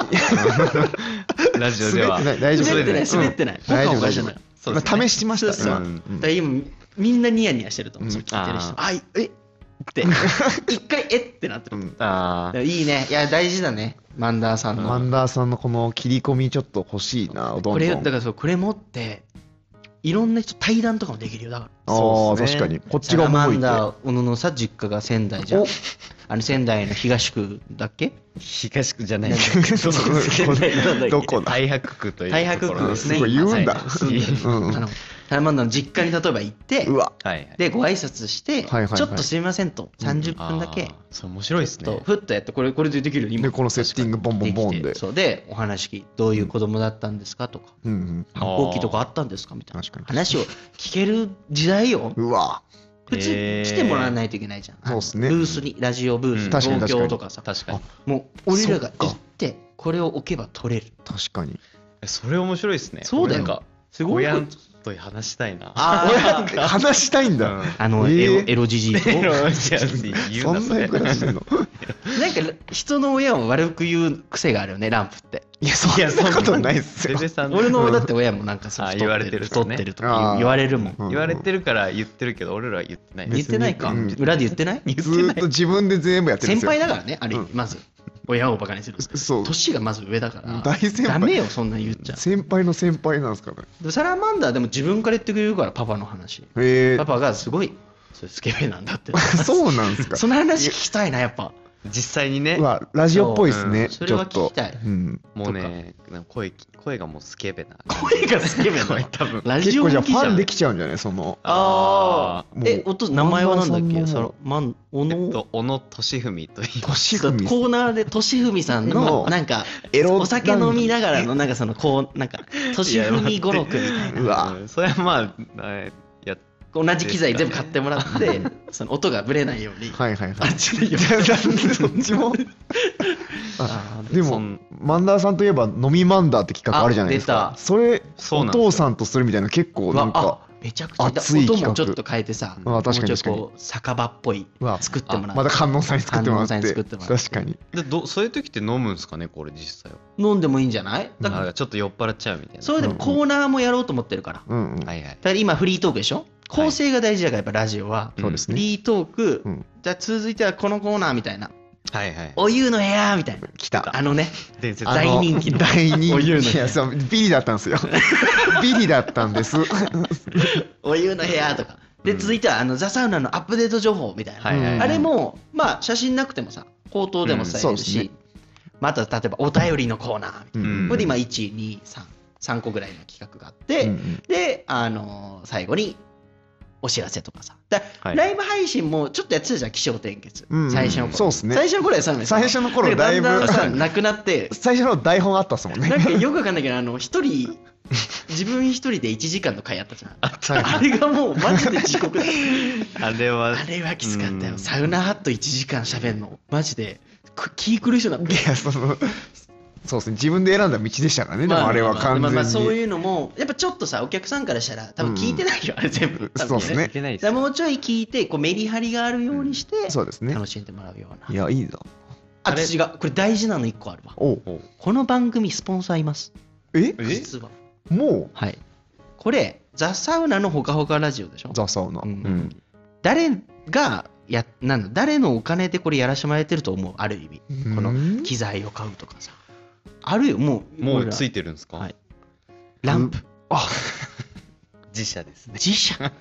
Speaker 4: ラジオで
Speaker 3: 滑
Speaker 4: は
Speaker 3: ってない大丈夫
Speaker 2: 滑ってない
Speaker 3: うん
Speaker 2: 滑ってない
Speaker 3: 大丈
Speaker 2: ほ
Speaker 3: 夫
Speaker 2: んとはおか
Speaker 3: 大
Speaker 2: しい
Speaker 3: 丈夫
Speaker 2: のよ
Speaker 4: そうですね
Speaker 3: 今試してました
Speaker 2: そうそう
Speaker 3: 今
Speaker 2: だから今みんなニヤニヤしてると思う、
Speaker 3: うん
Speaker 2: それ聞いてる人
Speaker 4: あ
Speaker 2: あいえって 一回えってなってる、
Speaker 3: うん
Speaker 4: あ
Speaker 2: だからいいねいや大事だねマンダーさんの、
Speaker 3: マンダーさんのこの切り込みちょっと欲しいなどんどん
Speaker 2: これだからそうこれ持っていろんな人対談とかもできるよだから
Speaker 3: あ
Speaker 4: そう
Speaker 3: あ
Speaker 4: っすね
Speaker 3: 確かにこっち
Speaker 2: サラ
Speaker 3: が
Speaker 2: マ
Speaker 3: 向い
Speaker 2: ン
Speaker 3: て
Speaker 2: ダー小野のさ実家が仙台じゃん
Speaker 3: お
Speaker 2: あの仙台の東区だっけ
Speaker 4: あ東区じゃない
Speaker 2: なんだっけ どこ仙台なんだっけ
Speaker 3: どこだ
Speaker 4: 太白区という
Speaker 2: 太白
Speaker 4: ところ
Speaker 2: 区ですね
Speaker 3: すごい言うんだ
Speaker 4: はい
Speaker 3: うんうん
Speaker 2: あのサラマンダーの実家に例えば行って
Speaker 3: うわ
Speaker 4: はいはい
Speaker 2: でご挨拶して、
Speaker 3: はいはいはい
Speaker 2: ちょっとすみませんと30分だけ、
Speaker 4: あーそう面白いです
Speaker 2: ちょっ
Speaker 4: ね
Speaker 2: とふっとやってこれこれでできるよ今
Speaker 3: でこのセッティングボンボンボン
Speaker 2: で
Speaker 3: で
Speaker 2: きてそうでお話聞いどういう子供だったんですかとか
Speaker 3: うんうん
Speaker 4: あー
Speaker 2: 反抗期とかあったんですかみたいな
Speaker 3: 確かに
Speaker 2: 話を聞ける時代 よ
Speaker 3: うわ
Speaker 2: 普通
Speaker 4: へー
Speaker 2: 来てもらわないといけないじゃん、
Speaker 3: そうっすね
Speaker 2: ブースにラジオブース、
Speaker 4: うん
Speaker 3: 確かに
Speaker 2: 東京とかさ
Speaker 4: 確かに
Speaker 2: もう俺らが行ってこれを置けば取れる
Speaker 3: 確かに
Speaker 4: えそれ面白いですね
Speaker 2: そうだよ
Speaker 4: なんか
Speaker 2: すごい
Speaker 4: 親と話したい な
Speaker 2: あ
Speaker 3: 俺話したいんだ
Speaker 2: あの、
Speaker 3: えー
Speaker 2: エロエロじ じいと
Speaker 4: エ
Speaker 2: なんか
Speaker 4: ロじゃんって言
Speaker 3: そ
Speaker 4: うん
Speaker 3: な
Speaker 4: な
Speaker 3: 役立てんの
Speaker 2: 人の親を悪く言う癖があるよねランプって
Speaker 3: いやそんなことないっすよ
Speaker 4: ベベさん
Speaker 2: 俺のだって親もなんかそう
Speaker 4: あ
Speaker 2: 太っ
Speaker 4: 言われてる
Speaker 2: 太ってると
Speaker 3: あ
Speaker 2: か
Speaker 3: ー
Speaker 2: 言われるもん
Speaker 3: うん
Speaker 4: 言われてるから言ってるけど俺らは言ってない
Speaker 2: 言
Speaker 4: で
Speaker 2: っ
Speaker 4: す
Speaker 2: てないか
Speaker 3: うん
Speaker 2: 裏で言ってない言
Speaker 3: ずーっと自分で全部やってるん
Speaker 2: 先
Speaker 3: です
Speaker 2: 輩
Speaker 3: よ
Speaker 2: だからねある意味まず親をバカにする
Speaker 3: そう
Speaker 2: 年がまず上だから
Speaker 3: 大先輩
Speaker 2: ダメよそんなん言っちゃ
Speaker 3: 先輩の先輩なんですから
Speaker 2: でサラマンダーでも自分から言ってくれるからパパの話
Speaker 3: へえ
Speaker 2: パパがすごいそれスケベなんだって
Speaker 3: そうなんですか
Speaker 2: その話聞きたいなやっぱ
Speaker 4: 実際にね
Speaker 3: うわラジオっぽいですね
Speaker 2: そううん
Speaker 3: ちょっ
Speaker 2: それは聞
Speaker 3: と
Speaker 2: きたい
Speaker 3: うん
Speaker 4: もうねなんか声声がもうスケベな
Speaker 2: 声がスケベなの
Speaker 4: 声多分
Speaker 2: ラ
Speaker 3: 結
Speaker 2: ジオ
Speaker 3: 構じゃあ
Speaker 2: 向き
Speaker 3: フ
Speaker 2: じゃん
Speaker 3: ァンできちゃうんじゃないその
Speaker 2: ああ
Speaker 3: もう
Speaker 2: えおと名前はなんだっ
Speaker 3: マ
Speaker 2: け
Speaker 3: ンダーさ
Speaker 2: サラ
Speaker 3: んの
Speaker 2: マンお
Speaker 4: えっ
Speaker 2: の
Speaker 4: と小野俊文という
Speaker 3: 年
Speaker 2: コ
Speaker 3: 組
Speaker 2: ーナーでとしふみさんの
Speaker 3: の
Speaker 2: なんか
Speaker 3: エロ
Speaker 2: お酒飲みながらのなんかそのこうなんかとしふみ語録みたいな
Speaker 3: うわ
Speaker 4: うんそれはまあえーやっ
Speaker 2: 同じ機材全部買ってもらって、その音がぶれないように。
Speaker 3: はいはい
Speaker 2: あ
Speaker 3: は
Speaker 2: っ
Speaker 3: い
Speaker 2: ちで言う
Speaker 3: どっちも
Speaker 2: あ
Speaker 3: で
Speaker 4: そ
Speaker 3: も
Speaker 4: ん
Speaker 3: マンダーさんといえば飲みマンダーって企画あるじゃないです
Speaker 2: あ
Speaker 3: か
Speaker 2: 出た
Speaker 3: それ
Speaker 4: そう
Speaker 3: お
Speaker 4: なんですよ
Speaker 3: 父さんとするみたいな結構なんか
Speaker 2: あめちゃくちゃ
Speaker 3: 熱い
Speaker 2: 音
Speaker 3: 企画
Speaker 2: もちょっと変えてさ、
Speaker 3: まあ確かに
Speaker 2: もうちょっ
Speaker 3: 確
Speaker 2: とこう酒場っぽいう
Speaker 3: わ
Speaker 2: 作ってもら
Speaker 3: ま
Speaker 2: う
Speaker 3: た観音さんに作ってもらっ
Speaker 2: 観音さんに
Speaker 3: て
Speaker 2: 作ってもらって
Speaker 3: 確かに
Speaker 4: でどそういう時って飲むんですかねこれ実際は
Speaker 2: 飲んでもいいんじゃない
Speaker 4: だ
Speaker 2: だか、
Speaker 4: かららちょっと酔っ払っちゃうみたいな
Speaker 2: それでもコーナーもやろうと思ってるから、
Speaker 3: うんうん、
Speaker 4: はいはい
Speaker 2: だから今フリートークでしょ構成が大事だからやっぱラジオは、
Speaker 3: そうです
Speaker 2: フ
Speaker 3: ね
Speaker 2: リートーク、
Speaker 3: うん
Speaker 2: じゃあ続いてはこのコーナーみたいな
Speaker 4: はいはい
Speaker 2: お湯の部屋みたいな
Speaker 3: 来た
Speaker 2: あのね
Speaker 4: 伝説
Speaker 2: あ大人気の
Speaker 3: 大人気
Speaker 2: お湯の
Speaker 3: いやそうビリだったんで すよビリだったんです
Speaker 2: お湯の部屋とかで続いてはあのザ・サウナのアップデート情報みたいな、
Speaker 4: はいはいはい
Speaker 2: あれもまあ写真なくてもさ口頭でも伝えるし、
Speaker 3: うんそう
Speaker 2: また例えばお便りのコーナーみたいな、
Speaker 4: うん
Speaker 2: これで今1233個ぐらいの企画があって、
Speaker 3: うん
Speaker 2: で、あのー最後にお知らせとかさだ
Speaker 4: はい
Speaker 2: ライブ配信もちょっとやってたじゃん気象転結、
Speaker 3: うん
Speaker 2: 最初の頃
Speaker 3: そうっすね
Speaker 2: 最初の頃はさ
Speaker 3: 最初の頃
Speaker 2: だ
Speaker 3: だ
Speaker 2: い
Speaker 3: い
Speaker 2: ぶ
Speaker 3: ぶ
Speaker 2: だんだんさなくなって
Speaker 3: 最初の台本あったっすもんね
Speaker 2: なんかよくわかんないけど、あの、一人、自分一人で1時間の回あったじゃん。あれがもうマジで地獄だ。
Speaker 4: あれは
Speaker 2: あれはきつかった
Speaker 4: う
Speaker 2: よ。
Speaker 4: ん
Speaker 2: サウナハット1時間喋んの。マジで、く気狂いそうになっ
Speaker 3: い
Speaker 2: て。
Speaker 3: やそのそうですね自分で選んだ道でしたからね、でもあれは完全に、
Speaker 2: まあまあそういうのも、やっぱちょっとさ、お客さんからしたら、多分聞いてないよ、あれ全部。
Speaker 3: そうっすね
Speaker 4: いけないで
Speaker 2: だか
Speaker 4: す
Speaker 2: らもうちょい聞いて、こうメリハリがあるようにして、
Speaker 3: そうですね
Speaker 2: 楽しんでもらうよう
Speaker 3: い
Speaker 2: な。
Speaker 3: やいいぞ
Speaker 2: あ、
Speaker 4: あれ
Speaker 2: 違う。これ大事なの1個あるわ。
Speaker 3: おう
Speaker 4: お
Speaker 2: この番組スポンサーいます。
Speaker 3: え
Speaker 4: え
Speaker 2: 実は。
Speaker 3: も
Speaker 2: はい。これ、ザ・サウナのほかほかラジオでしょ
Speaker 3: うザ・サウナ、
Speaker 2: う
Speaker 3: うんん
Speaker 2: 誰がやなんだ誰のお金でこれやらしてもらえてると思うある意味こ
Speaker 3: う
Speaker 2: の
Speaker 3: ん
Speaker 2: 機材を買うとかさあるよもう
Speaker 4: もう
Speaker 2: 俺ら
Speaker 4: ついてるんですか、
Speaker 2: はいランプ
Speaker 4: 自社ですね
Speaker 2: 自 社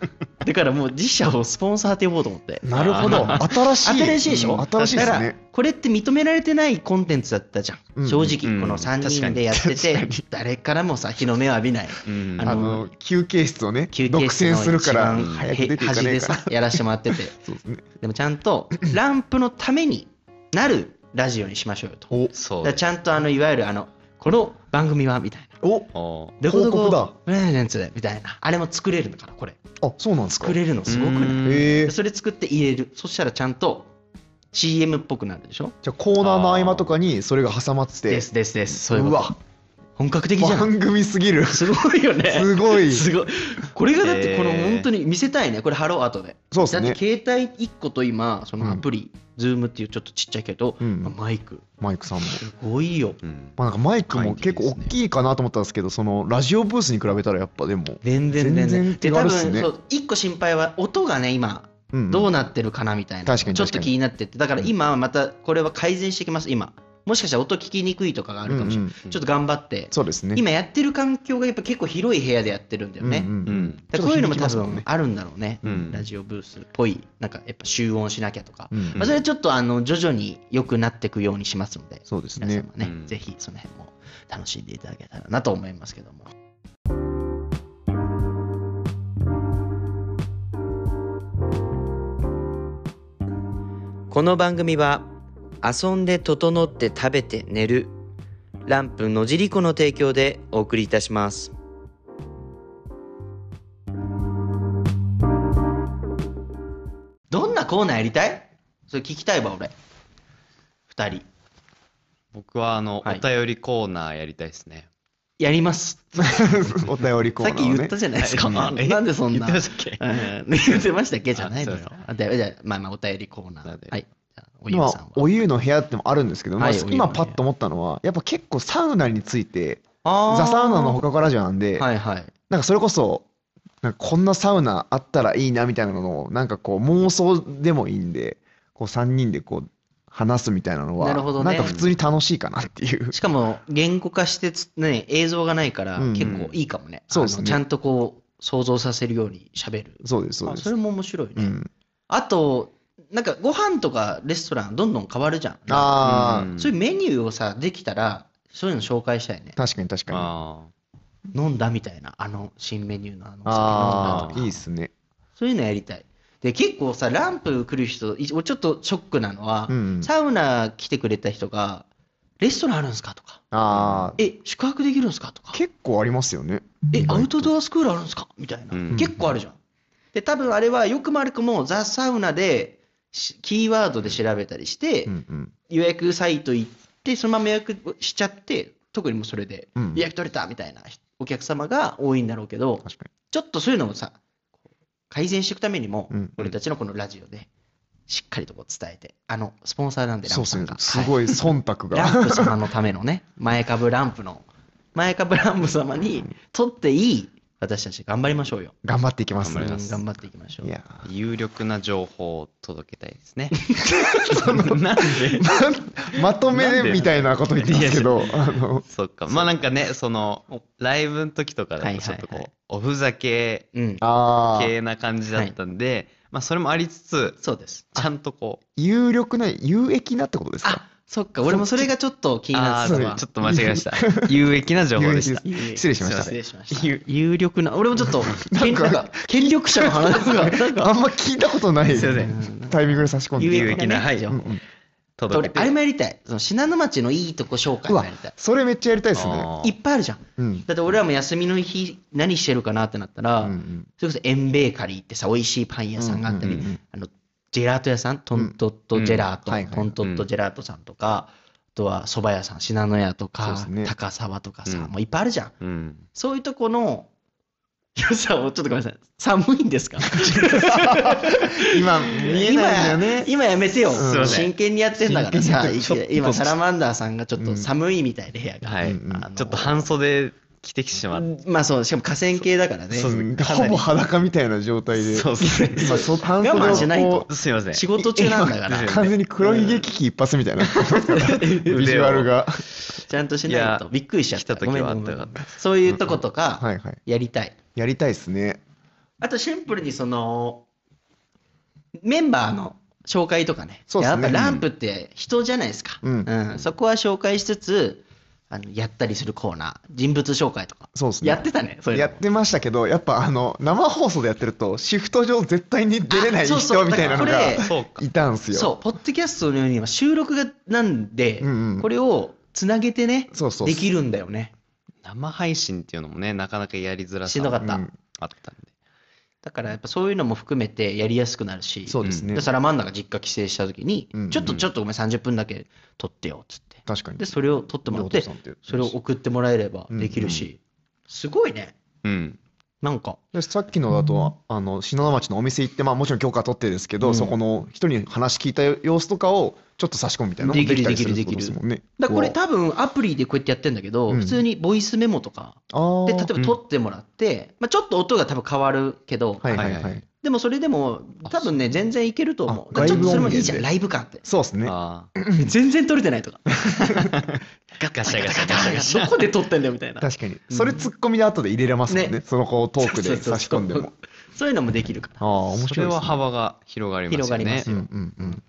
Speaker 2: だからもう自社をスポンサーって呼ぼうと思って
Speaker 3: なるほど
Speaker 4: あ
Speaker 3: 新しい
Speaker 2: 新しいでしょ、
Speaker 3: うん新しいで
Speaker 2: だ
Speaker 3: す
Speaker 2: から
Speaker 3: ね
Speaker 2: これって認められてないコンテンツだったじゃん、
Speaker 3: うん
Speaker 2: 正直、
Speaker 4: うん
Speaker 2: この3
Speaker 4: 確か
Speaker 2: 人
Speaker 4: に
Speaker 2: でやってて誰からもさ日の目を浴びない
Speaker 4: うん
Speaker 2: あ
Speaker 3: あの休憩室をね
Speaker 2: 休憩
Speaker 3: 独
Speaker 2: 室の
Speaker 3: 占
Speaker 2: 一
Speaker 3: するから
Speaker 2: 番
Speaker 3: 早く出ていか
Speaker 2: 端
Speaker 3: ねえ
Speaker 2: で
Speaker 3: から
Speaker 2: さやらせてもらってて
Speaker 3: そうですね
Speaker 2: でもちゃんとランプのためになるラジオにしましょうよと
Speaker 3: お
Speaker 4: そ
Speaker 2: だ
Speaker 4: う
Speaker 2: から
Speaker 4: です
Speaker 2: ちゃんとあのいわゆるあのこの番組はみたいな
Speaker 3: お
Speaker 4: おー
Speaker 2: どこどこ
Speaker 3: 広告だ
Speaker 2: プレゼンツでみたいなあれも作れるのからこれ
Speaker 3: あそうなんですか
Speaker 2: 作れるのすごく
Speaker 4: う
Speaker 2: ない
Speaker 4: ん
Speaker 3: へえ
Speaker 2: それ作って入れるそしたらちゃんと CM っぽくなるでしょ
Speaker 3: じゃあコーナーの合間とかにそれが挟まってて
Speaker 2: ですですですそういう
Speaker 3: う
Speaker 2: こと
Speaker 3: わ
Speaker 2: 本格的じゃん
Speaker 3: 番組すぎるす
Speaker 2: すごいよね
Speaker 3: ごい
Speaker 2: すごいこれがだってこの
Speaker 4: へー
Speaker 2: 本当に見せたいねこれ貼ろう後で
Speaker 3: そうです
Speaker 2: だっ
Speaker 3: ね
Speaker 2: て携帯1個と今そのアプリ、Zoom っていうちょっとちっちゃいけど、
Speaker 3: うん
Speaker 2: マイク
Speaker 3: マイクさんも
Speaker 2: すごいよ
Speaker 4: うん
Speaker 3: まあ、なんかマイク
Speaker 4: は
Speaker 3: も
Speaker 4: い
Speaker 3: 結構大きいかなと思ったんですけど、そのラジオブースに比べたらやっぱでも、
Speaker 2: 全然全然
Speaker 3: 全然手軽っすね
Speaker 2: で多分そう1個心配は音がね今
Speaker 3: うんうん
Speaker 2: どうなってるかなみたいな、
Speaker 3: 確かに
Speaker 2: ちょっと
Speaker 3: 確かに
Speaker 2: 気になっててだから今はまたこれは改善していきます今もしかしたら音聞きにくいとかがあるかもしれない、
Speaker 3: うん
Speaker 2: ちょっと頑張って、
Speaker 3: そうですね。
Speaker 2: 今やってる環境がやっぱ結構広い部屋でやってるんだよね、
Speaker 3: うんうん
Speaker 4: うん
Speaker 2: だからこういうのも
Speaker 3: ちょ
Speaker 2: 多
Speaker 3: っと響きますもん
Speaker 2: 分
Speaker 3: ね
Speaker 2: あるんだろうね、
Speaker 4: うん
Speaker 2: ラジオブースっぽいなんかやっぱ集音しなきゃとか、
Speaker 3: うん
Speaker 2: まあ、それはちょっとあの徐々に良くなっていくようにしますので、
Speaker 3: そうです
Speaker 2: 皆さ
Speaker 3: ね
Speaker 2: んもね、
Speaker 4: うん
Speaker 2: ぜひその辺も楽しんでいただけたらなと思いますけども。この番組は遊んで整って食べて寝るランプのじりこの提供でお送りいたします。どんなコーナーやりたいそれ聞きたいわ俺二人
Speaker 4: 僕はあの、
Speaker 2: はい
Speaker 4: お便りコーナーやりたいですね
Speaker 2: やります、
Speaker 3: お便りコー
Speaker 2: さ
Speaker 3: ナ
Speaker 2: っ
Speaker 3: ー、ね、
Speaker 2: き言ったじゃ ないですか、
Speaker 4: はい
Speaker 2: うんなんでそん
Speaker 4: 言っ
Speaker 2: な
Speaker 4: てましたっけ
Speaker 2: うん言ってましたっけじゃないの
Speaker 4: あ
Speaker 2: よ
Speaker 4: そう
Speaker 2: あでじゃあまあまあお便りコーナ
Speaker 4: なん
Speaker 2: ー
Speaker 4: で
Speaker 2: はいじゃあおゆうさん
Speaker 3: 今
Speaker 2: は
Speaker 3: お湯の部屋ってもあるんですけど、まあ
Speaker 2: はいお湯の部屋
Speaker 3: 今パッと思ったのはやっぱ結構サウナについて
Speaker 2: あー
Speaker 3: ザ・サウナの他からじゃなんで、
Speaker 2: はいはい
Speaker 3: なんかそれこそなんかこんなサウナあったらいいなみたいなのをなんかこう妄想でもいいんでこう3人でこう話すみたいなのは
Speaker 2: なるほどね
Speaker 3: んか普通に楽しいかなっていう
Speaker 2: しかも言語化してつ、ね、映像がないから
Speaker 3: うんうん
Speaker 2: 結構いいかもね,、
Speaker 3: そうですね
Speaker 2: あのちゃんとこう想像させるようにしゃべる
Speaker 3: そうですそう
Speaker 2: あ
Speaker 3: です
Speaker 2: それも面白いね、
Speaker 3: うん、
Speaker 2: あとなんかご飯とかレストランどんどん変わるじゃん
Speaker 3: ああ、
Speaker 4: うん
Speaker 2: そういうメニューをさできたらそういうの紹介したいね
Speaker 3: 確かに確かに
Speaker 4: あ
Speaker 2: 飲んだみたいなあの新メニューのあの
Speaker 3: あ
Speaker 2: お酒飲んだと
Speaker 3: あ
Speaker 2: か
Speaker 3: いいっすね
Speaker 2: そういうのやりたいで結構さランプ来る人いちょっとショックなのは、
Speaker 3: うんうん
Speaker 2: サウナ来てくれた人がレストランあるんですかとか
Speaker 3: ああ
Speaker 2: え宿泊できるんですかとか
Speaker 3: 結構ありますよね
Speaker 2: えアウトドアスクールあるんですかみたい
Speaker 4: う
Speaker 2: な、
Speaker 4: ん
Speaker 2: 結構あるじゃんで多分あれはよくも悪くもザ・サウナでしキーワードで調べたりして、
Speaker 3: うんうん
Speaker 2: 予約サイト行ってそのまま予約しちゃって特にもうそれで
Speaker 3: うん
Speaker 2: 予約取れたみたいなお客様が多いんだろうけど、
Speaker 3: 確か
Speaker 2: ちょっとそういうのもさ改善していくためにも、
Speaker 3: うん
Speaker 2: 俺たちのこのラジオで、しっかりとこう伝えて、あの、スポンサーなんで、ラン
Speaker 3: そう
Speaker 2: プ
Speaker 3: です
Speaker 2: さんが。。は
Speaker 3: ねすごい忖度
Speaker 2: い。ラ
Speaker 3: が。
Speaker 2: ンプ様のためのね、前株ランプの、前株ランプ様にとっていい、私たち頑張りましょうよ。
Speaker 3: 頑張っていきます
Speaker 2: う
Speaker 4: 頑張
Speaker 2: ん
Speaker 4: り
Speaker 3: ね
Speaker 4: ま。す
Speaker 2: 頑張っていきましょう。
Speaker 3: いや。
Speaker 4: 有力な情報を届けたいです ね。なんで
Speaker 3: まとめみたいなこと言ってますけど、あの、
Speaker 4: そっか。まあなんかね、その、ライブの時とかだとちょっとこう、
Speaker 2: はいはいはい
Speaker 4: おふざけ
Speaker 2: うん。
Speaker 3: ああ、
Speaker 4: 系な感じだったんで、まあそれもありつつ、
Speaker 2: そうです。
Speaker 4: ちゃんとこう、
Speaker 3: 有力な、有益なってことですか
Speaker 2: あ、そっか、俺もそれがちょっと気に
Speaker 4: ああ
Speaker 2: なって
Speaker 3: そ
Speaker 2: た
Speaker 3: う
Speaker 4: ー、
Speaker 2: わ
Speaker 4: ちょっと間違えました。 有益な情報でし
Speaker 3: 有
Speaker 4: た
Speaker 3: 益。失礼しました
Speaker 2: 失礼しました。有力な、俺もちょっと、
Speaker 3: なんか
Speaker 2: なんか権力者の話が、 なんか
Speaker 3: あんま聞いたことない
Speaker 4: すいません
Speaker 3: タイミングで差し込んで
Speaker 2: 有
Speaker 3: きた
Speaker 2: 益な、
Speaker 4: はい
Speaker 2: 情
Speaker 3: うん
Speaker 2: 報
Speaker 3: うん
Speaker 4: 届
Speaker 2: 俺
Speaker 4: け、て。
Speaker 2: あれもやりたい。その信濃町のいいとこ紹介
Speaker 3: う
Speaker 2: も
Speaker 3: わ
Speaker 2: やりたい。
Speaker 3: それめっちゃやりたいですね。
Speaker 4: あ
Speaker 2: い
Speaker 4: ー
Speaker 2: っぱいあるじゃん。
Speaker 3: うん。
Speaker 2: だって俺らも休みの日、何してるかなってなったら、
Speaker 3: うんうん
Speaker 2: それこそエンベーカリーってさ、美味しいパン屋さんがあったり、
Speaker 3: うんうんうん
Speaker 2: あのジェラート屋さん、トントットジェラート、
Speaker 3: うんはいはい
Speaker 2: トントットジェラートさんとか、あとは蕎麦屋さん、信濃屋と
Speaker 3: そう
Speaker 2: か
Speaker 3: です、ね
Speaker 2: 高沢とかさ、
Speaker 4: うん
Speaker 2: もういっぱいあるじゃん。
Speaker 4: うん。
Speaker 2: そういうとこの良さを、ちょっとごめんなさい、寒いんですか
Speaker 3: 今、見えないんだよね。
Speaker 2: 今やめてよ、
Speaker 3: すいません
Speaker 2: 真剣にやってんだからさ、
Speaker 3: 真剣にやってるちょっと
Speaker 2: 今、サラマンダーさんがちょっと寒いみたいで、部屋が。
Speaker 4: はい
Speaker 3: うんうん。
Speaker 4: ちょっと半袖着てきてしまっ
Speaker 2: まあそう、しかも河川系だからね。
Speaker 4: そう
Speaker 3: うん
Speaker 4: か
Speaker 3: ほ
Speaker 4: なり
Speaker 3: ぼ裸みたいな状態
Speaker 4: て。
Speaker 3: で、
Speaker 4: そうですね。
Speaker 3: まあ、そう半袖を
Speaker 2: 我慢しない
Speaker 3: こと
Speaker 4: すいません。
Speaker 2: 仕事中なんだから
Speaker 3: う、完全に黒ひげ危機一発みた いな、ビジュアルが。
Speaker 2: ちゃんとしないと。
Speaker 4: いや
Speaker 2: びっくりしちゃった。
Speaker 4: 来た
Speaker 2: ご
Speaker 4: 時
Speaker 2: めん
Speaker 4: は
Speaker 2: ご
Speaker 4: あ
Speaker 2: め
Speaker 4: った
Speaker 2: ん
Speaker 4: かった
Speaker 2: ごめんそういうとこと
Speaker 3: は
Speaker 2: か、
Speaker 3: いはい。
Speaker 2: やりたい。
Speaker 3: やりたいですね。
Speaker 2: あとシンプルにその、メンバーの紹介とかね。
Speaker 3: そうっすね
Speaker 2: やっぱランプって人じゃないですか。
Speaker 3: うん
Speaker 2: そこは紹介しつつ、あのやったりするコーナー、人物紹介とか。
Speaker 3: そうですね。
Speaker 2: やってたね、そういうの
Speaker 3: やってましたけど、やっぱあの、生放送でやってると、シフト上絶対に出れない
Speaker 2: あそうそう
Speaker 3: 人みたいなの
Speaker 2: だか
Speaker 3: が
Speaker 2: らこれ
Speaker 4: そうか。
Speaker 3: いたんすよ。
Speaker 2: そう、ポッドキャストのようには収録がなんで、
Speaker 3: うんうん
Speaker 2: これをつなげてね、
Speaker 3: そうそうそう
Speaker 2: できるんだよね。
Speaker 4: 生配信っていうのもね、なかなかやりづら
Speaker 2: しんどか
Speaker 4: さ
Speaker 2: った。
Speaker 3: うん
Speaker 4: あったんで。
Speaker 2: だからやっぱそういうのも含めてやりやすくなるし、
Speaker 3: そうですね
Speaker 2: で。サラマンダが実家帰省した時に、
Speaker 3: うんうん
Speaker 2: ちょっとちょっとお前30分だけ撮ってよっつって。
Speaker 3: 確かに
Speaker 2: で、。それを撮ってもらって
Speaker 3: ロードさんって言ってました
Speaker 2: それを送ってもらえればできるし、すごいね。
Speaker 4: うん。
Speaker 2: なんか、
Speaker 3: でさっきのだと、あの信濃町のお店行って、まあ、もちろん許可取ってですけど、
Speaker 2: うん
Speaker 3: そこの人に話聞いた様子とかをちょっと差し込むみたいなのも
Speaker 2: できる
Speaker 3: たりす
Speaker 2: できる
Speaker 3: ってことですもんね。
Speaker 2: だからこれ多分アプリでこうやってやってんだけど、
Speaker 3: うん
Speaker 2: 普通にボイスメモとか、
Speaker 3: あ
Speaker 2: で、
Speaker 3: ー
Speaker 2: 例えば撮ってもらって、まあちょっと音が多分変わるけど、
Speaker 3: はいはいは。
Speaker 4: はいいはい
Speaker 2: でもそれでも、多分ね、全然いけると思う。
Speaker 3: あ
Speaker 2: だからちょっとそれも
Speaker 3: ライブ音源で
Speaker 2: いいじゃん、ライブ感って。
Speaker 3: そうですね。
Speaker 4: ああ。
Speaker 2: 全然撮れてない とか。
Speaker 4: ガシャガシャガシャガシャ。
Speaker 2: どこで撮ってんだよみたいな。
Speaker 3: 確かに。それツッコミで後で入れれますもんね。
Speaker 2: ね
Speaker 3: そのこうトー
Speaker 2: そ
Speaker 3: ク
Speaker 2: う
Speaker 3: で
Speaker 2: そうそう
Speaker 3: 差し込んでも。。
Speaker 2: そういうのもできるから。
Speaker 3: ああ、面白いです、
Speaker 4: それ
Speaker 3: ね。
Speaker 4: は幅が広がりますよね。
Speaker 2: 広がります
Speaker 3: う
Speaker 2: よ
Speaker 3: んうんうん。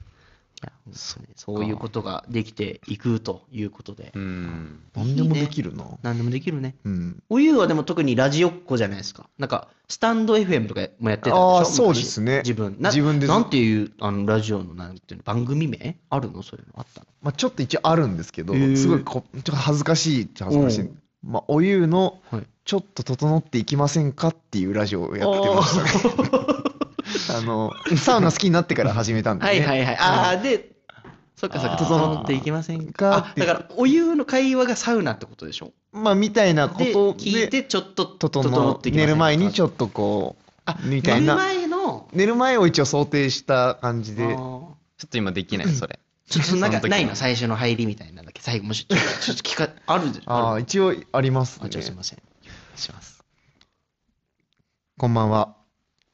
Speaker 2: そうそういうことができていくということで
Speaker 4: う。ん。
Speaker 3: 何でもできるな。
Speaker 2: 何でもできるね。
Speaker 3: うん。
Speaker 2: おゆうはでも特にラジオっ子じゃないですか。なんか、スタンド FM とかもやってたんでしょ
Speaker 3: ああそうですね
Speaker 2: 昔自分。な
Speaker 3: 自分で
Speaker 2: なんていう、あの、ラジオの、なんていうの、番組名あるのそういうのあったの
Speaker 3: まあ、ちょっと一応あるんですけど、
Speaker 2: へー
Speaker 3: すごいこちょっと恥ずかしいっちゃ恥ずかし
Speaker 2: う
Speaker 3: い
Speaker 2: ん。
Speaker 3: まあ、お湯の
Speaker 2: はい
Speaker 3: ちょっと整っていきませんかっていうラジオをやって ましたね。あの、サウナ好きになってから始めたんで、ね。
Speaker 2: はいはいはい。ああ、で、そっかそっか、
Speaker 4: あー
Speaker 2: 整っていきません
Speaker 3: が
Speaker 2: か。あだから、お湯の会話がサウナってことでしょ
Speaker 3: まあ、みたいなこ
Speaker 2: で、
Speaker 3: と
Speaker 2: 聞い
Speaker 3: で、
Speaker 2: て、ちょっと整
Speaker 3: 整
Speaker 2: ってい
Speaker 3: う。
Speaker 2: きません
Speaker 3: 寝る前に
Speaker 2: ょ
Speaker 3: ちょっとこ
Speaker 2: あ
Speaker 3: う、みたいな。
Speaker 2: 寝る前の、
Speaker 3: 寝る前を一応想定した感じ
Speaker 2: あ
Speaker 3: で。
Speaker 4: ち
Speaker 2: ー
Speaker 4: ょっと今できない、そ れ。
Speaker 2: ちょっとな
Speaker 4: そ
Speaker 2: んか
Speaker 4: の時
Speaker 2: ないの最初の入りみたいなんだっけ最後もしちょっとちょっと聞かあるじゃん
Speaker 3: ああ、一応あります
Speaker 2: あ
Speaker 3: ね
Speaker 2: じゃあすいません
Speaker 4: します。
Speaker 3: こんばんは。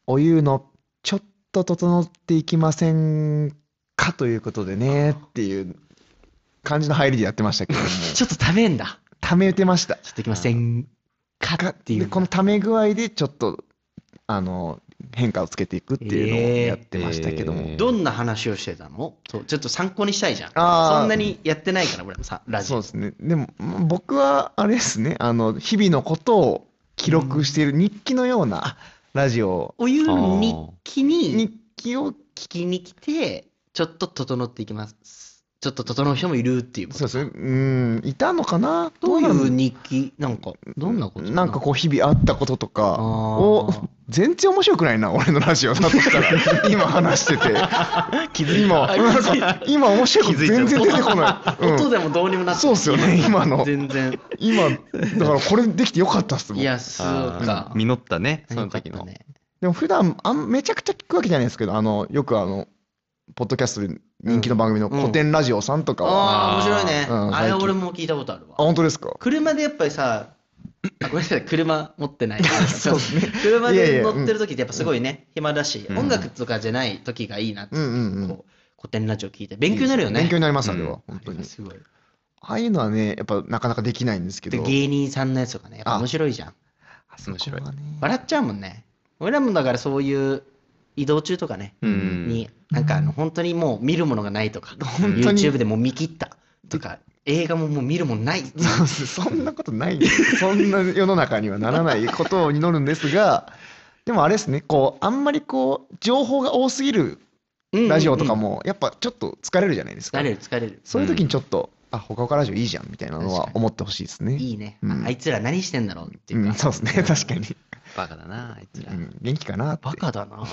Speaker 3: お湯のちょっと整っていきませんかということでねっていう感じの入りでやってまし たけども、
Speaker 2: ちょっとためんだ
Speaker 3: ためてました。
Speaker 2: ちょっといきませんかってい
Speaker 3: で、
Speaker 2: う
Speaker 3: このため具合でちょっと、あの、変化をつけていくっていうのをやってましたけども。
Speaker 4: えー
Speaker 2: どんな話をしてたのそうちょっと参考にしたいじゃん
Speaker 3: あー
Speaker 2: そんなにやってないから俺もさラジ
Speaker 3: そう
Speaker 2: オ
Speaker 3: ですね。でも、ま僕はあれですね、あの、日々のことを記録している日記のようなラジオを、
Speaker 2: お湯の日記に
Speaker 3: 日記を
Speaker 2: 聞きに来てちょっと整っていきますちょっと整う人もいるっていう
Speaker 3: そうですね。うん、いたのかな
Speaker 2: どうい
Speaker 3: どうなん
Speaker 2: う日記なんかどんなこと
Speaker 3: なんかこう日々あったこととか
Speaker 2: あー
Speaker 3: を全然面白くないな俺のラジオだとした ら今話してて
Speaker 4: 気
Speaker 3: 今
Speaker 2: あ気づい
Speaker 3: なんか今面白いこと全然出てこない、うん
Speaker 2: 音でもどうにもなって
Speaker 3: そうっすよね今の
Speaker 2: 全然
Speaker 3: 今だからこれできてよかったっすもん
Speaker 2: いやそうか
Speaker 4: 実ったね、その時
Speaker 2: よか
Speaker 4: の
Speaker 2: ったね
Speaker 3: でも普段あんめちゃくちゃ聞くわけじゃないですけど、あの、よくあの、ポッドキャストで人気の番組の
Speaker 2: うん
Speaker 3: 古典ラジオさんとかは、
Speaker 2: ああ、面
Speaker 4: あー
Speaker 2: 白いね。
Speaker 3: うん
Speaker 2: あれ
Speaker 3: 最近
Speaker 2: 俺も聞いたことあるわ
Speaker 3: あ、。本当ですか
Speaker 2: 車でやっぱりさ、あごめんなさい、車持ってない。
Speaker 3: そうですね。
Speaker 2: 車
Speaker 3: いやい
Speaker 2: で
Speaker 3: や
Speaker 2: 乗ってる時ってやっぱすごいね、暇だし、
Speaker 4: うん
Speaker 2: 音楽とかじゃない時がいいなって、
Speaker 3: うんうんうん。
Speaker 2: こう、古典ラジオ聞いて、勉強になるよね。
Speaker 3: 勉強に
Speaker 2: な
Speaker 3: なります、あ
Speaker 4: うん
Speaker 3: れは。本当に。
Speaker 2: すごい。
Speaker 3: ああいうのはね、やっぱなかなかできないんですけ
Speaker 2: で、
Speaker 3: ど。
Speaker 2: 芸人さんのやつとかね、やっぱ面白いじゃん。
Speaker 4: 面白い
Speaker 3: そこはね
Speaker 2: 笑っちゃうもんね。俺らもだからそういう移動中とかね、
Speaker 4: うん
Speaker 2: に、なんかあの、本当にもう見るものがないとか、
Speaker 3: 本当に
Speaker 2: YouTube でもう見切ったとか、映画ももう見るもんない。
Speaker 3: そうです そんなことないですそんな世の中にはならないことを祈るんですが、でもあれですね、こう、あんまりこう、情報が多すぎるラジオとか
Speaker 2: も。
Speaker 3: も、やっぱちょっと疲れるじゃないですか
Speaker 2: 疲。れる疲れる。
Speaker 3: そういう時にちょっと、あ、ほかほかラジオいいじゃんみたいなの
Speaker 2: 確か
Speaker 3: は
Speaker 2: に
Speaker 3: 思ってほしいですね。
Speaker 2: いいね、
Speaker 3: うん
Speaker 2: あいつら何してんだろうっていううか。
Speaker 3: ん、そうですね、確かに。
Speaker 4: バカだな、あいつら
Speaker 3: う。ん、元気かなって。
Speaker 2: バカだな。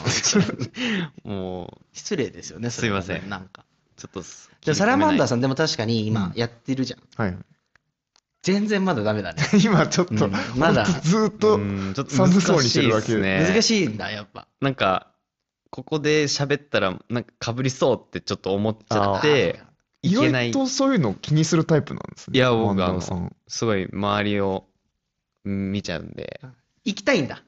Speaker 4: もう、
Speaker 2: 失礼ですよね、それはね
Speaker 4: すいません
Speaker 2: なんか。
Speaker 4: ちょっと。
Speaker 2: でもサラマンダー
Speaker 4: さ
Speaker 2: さん、でも確かに今やってるじゃん。
Speaker 3: はい。
Speaker 2: 全然まだダメだね。
Speaker 3: 今ちょっ
Speaker 2: う
Speaker 3: と
Speaker 2: ん、まだ
Speaker 3: ほんとずーっと、
Speaker 4: ちょっと
Speaker 3: 寒そうにしてるわ
Speaker 4: 難
Speaker 3: け
Speaker 4: いっすね。
Speaker 2: 難しいんだ、やっぱ。
Speaker 4: なんか、ここで喋ったら、なんかかぶりそうってちょっと思っちゃっ
Speaker 2: あ
Speaker 4: て、
Speaker 3: 意
Speaker 4: いけな
Speaker 3: 外
Speaker 4: い。
Speaker 3: とそういうの気にするタイプなんですね。
Speaker 4: いや僕
Speaker 3: ワンダーさん。
Speaker 4: すごい周りをうん見ちゃうんで、
Speaker 2: 行きたいんだ。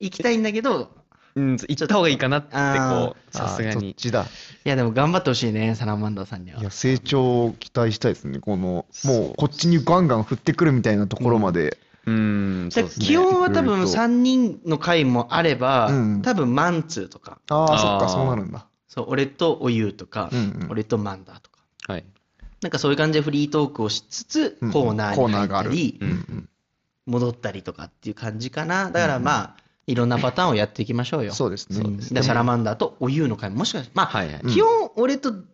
Speaker 2: 行きたいんだけど、
Speaker 4: うん、行った方がいいかなって、
Speaker 2: あ
Speaker 4: こう、さすが
Speaker 3: あーそっ
Speaker 4: に。
Speaker 3: ちだ。。
Speaker 2: いやでも頑張ってほしいね、サラマンダーさんにはい
Speaker 3: や、成長を期待したいですね。この、
Speaker 4: そう
Speaker 3: もう、こっちにガンガン振ってくるみたいなところまで。
Speaker 4: うん、そう
Speaker 2: だ
Speaker 4: で
Speaker 2: から
Speaker 4: すね。
Speaker 2: 基本は多分
Speaker 3: いろいろと
Speaker 2: 3人の回もあれば、
Speaker 3: うん
Speaker 2: 多分マンツーとか、
Speaker 3: ああ、そっ
Speaker 4: あー
Speaker 3: か、そうなるんだ。
Speaker 2: そう俺とおゆうとか、
Speaker 3: うんうん
Speaker 2: 俺とマンダーとか。
Speaker 4: はい。
Speaker 2: なんかそういう感じでフリートークをしつつ、
Speaker 3: うん
Speaker 2: コーナーに入
Speaker 3: コーナーが
Speaker 2: っ
Speaker 3: あ
Speaker 2: た
Speaker 3: る
Speaker 2: り、
Speaker 4: うんうん。
Speaker 2: 戻ったりとかっていう感じかな。だからまあ、いろんなパターンをやっていきましょうよ。
Speaker 3: そうですね。
Speaker 2: だからサラマンダーとおゆうの会も、もしかして、まあ、
Speaker 4: はいはい。
Speaker 3: ん
Speaker 2: 基本俺とふ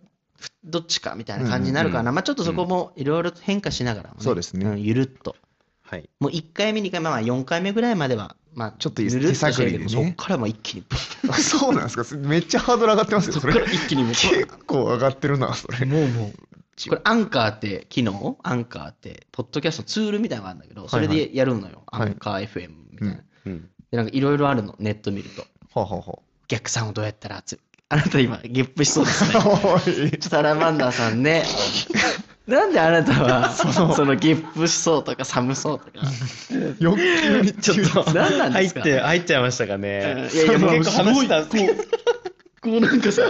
Speaker 2: どっちかみたいな感じになるから
Speaker 4: うん
Speaker 2: な。まあちょっとそこもいろいろ変化しながらもね
Speaker 3: そうですね
Speaker 2: んゆるっと。
Speaker 4: はい。
Speaker 2: もう1回目、2回目、まあ4回目ぐらいまでは、まあ
Speaker 3: ちょっといい
Speaker 2: ぬるっとしてるけど
Speaker 3: 手探りでね
Speaker 2: そっからもう一気に、
Speaker 3: あそうなんですか。めっちゃハードル上がってますよ、そ
Speaker 2: そ
Speaker 3: れ
Speaker 2: っか。ら一気にもう
Speaker 3: 結構上がってるな、それ。
Speaker 2: もうもう。これアンカーって機能アンカーって、ポッドキャストツールみたいなのがあるんだけど、それでやるのよ。
Speaker 3: はい
Speaker 2: アンカー FM みたいな。
Speaker 3: うん
Speaker 4: うん。
Speaker 2: で、なんかいろいろあるの、ネット見ると。
Speaker 3: ほうほうほ
Speaker 2: お客さんをどうやったら集めあなた今、ゲップしそうですね。ちょ
Speaker 3: う。
Speaker 2: っとサラマンダーさんね。なんであなたは、そのゲップしそうとか寒そうとか。
Speaker 3: 欲求に
Speaker 4: ちょっと、
Speaker 2: 何なん
Speaker 4: 入
Speaker 2: で
Speaker 4: っ
Speaker 2: すか
Speaker 4: て、入っちゃいましたか
Speaker 2: い
Speaker 4: ね。
Speaker 2: やいや、もう
Speaker 4: 結構話したんです
Speaker 2: すごいこう、こうなんかさ、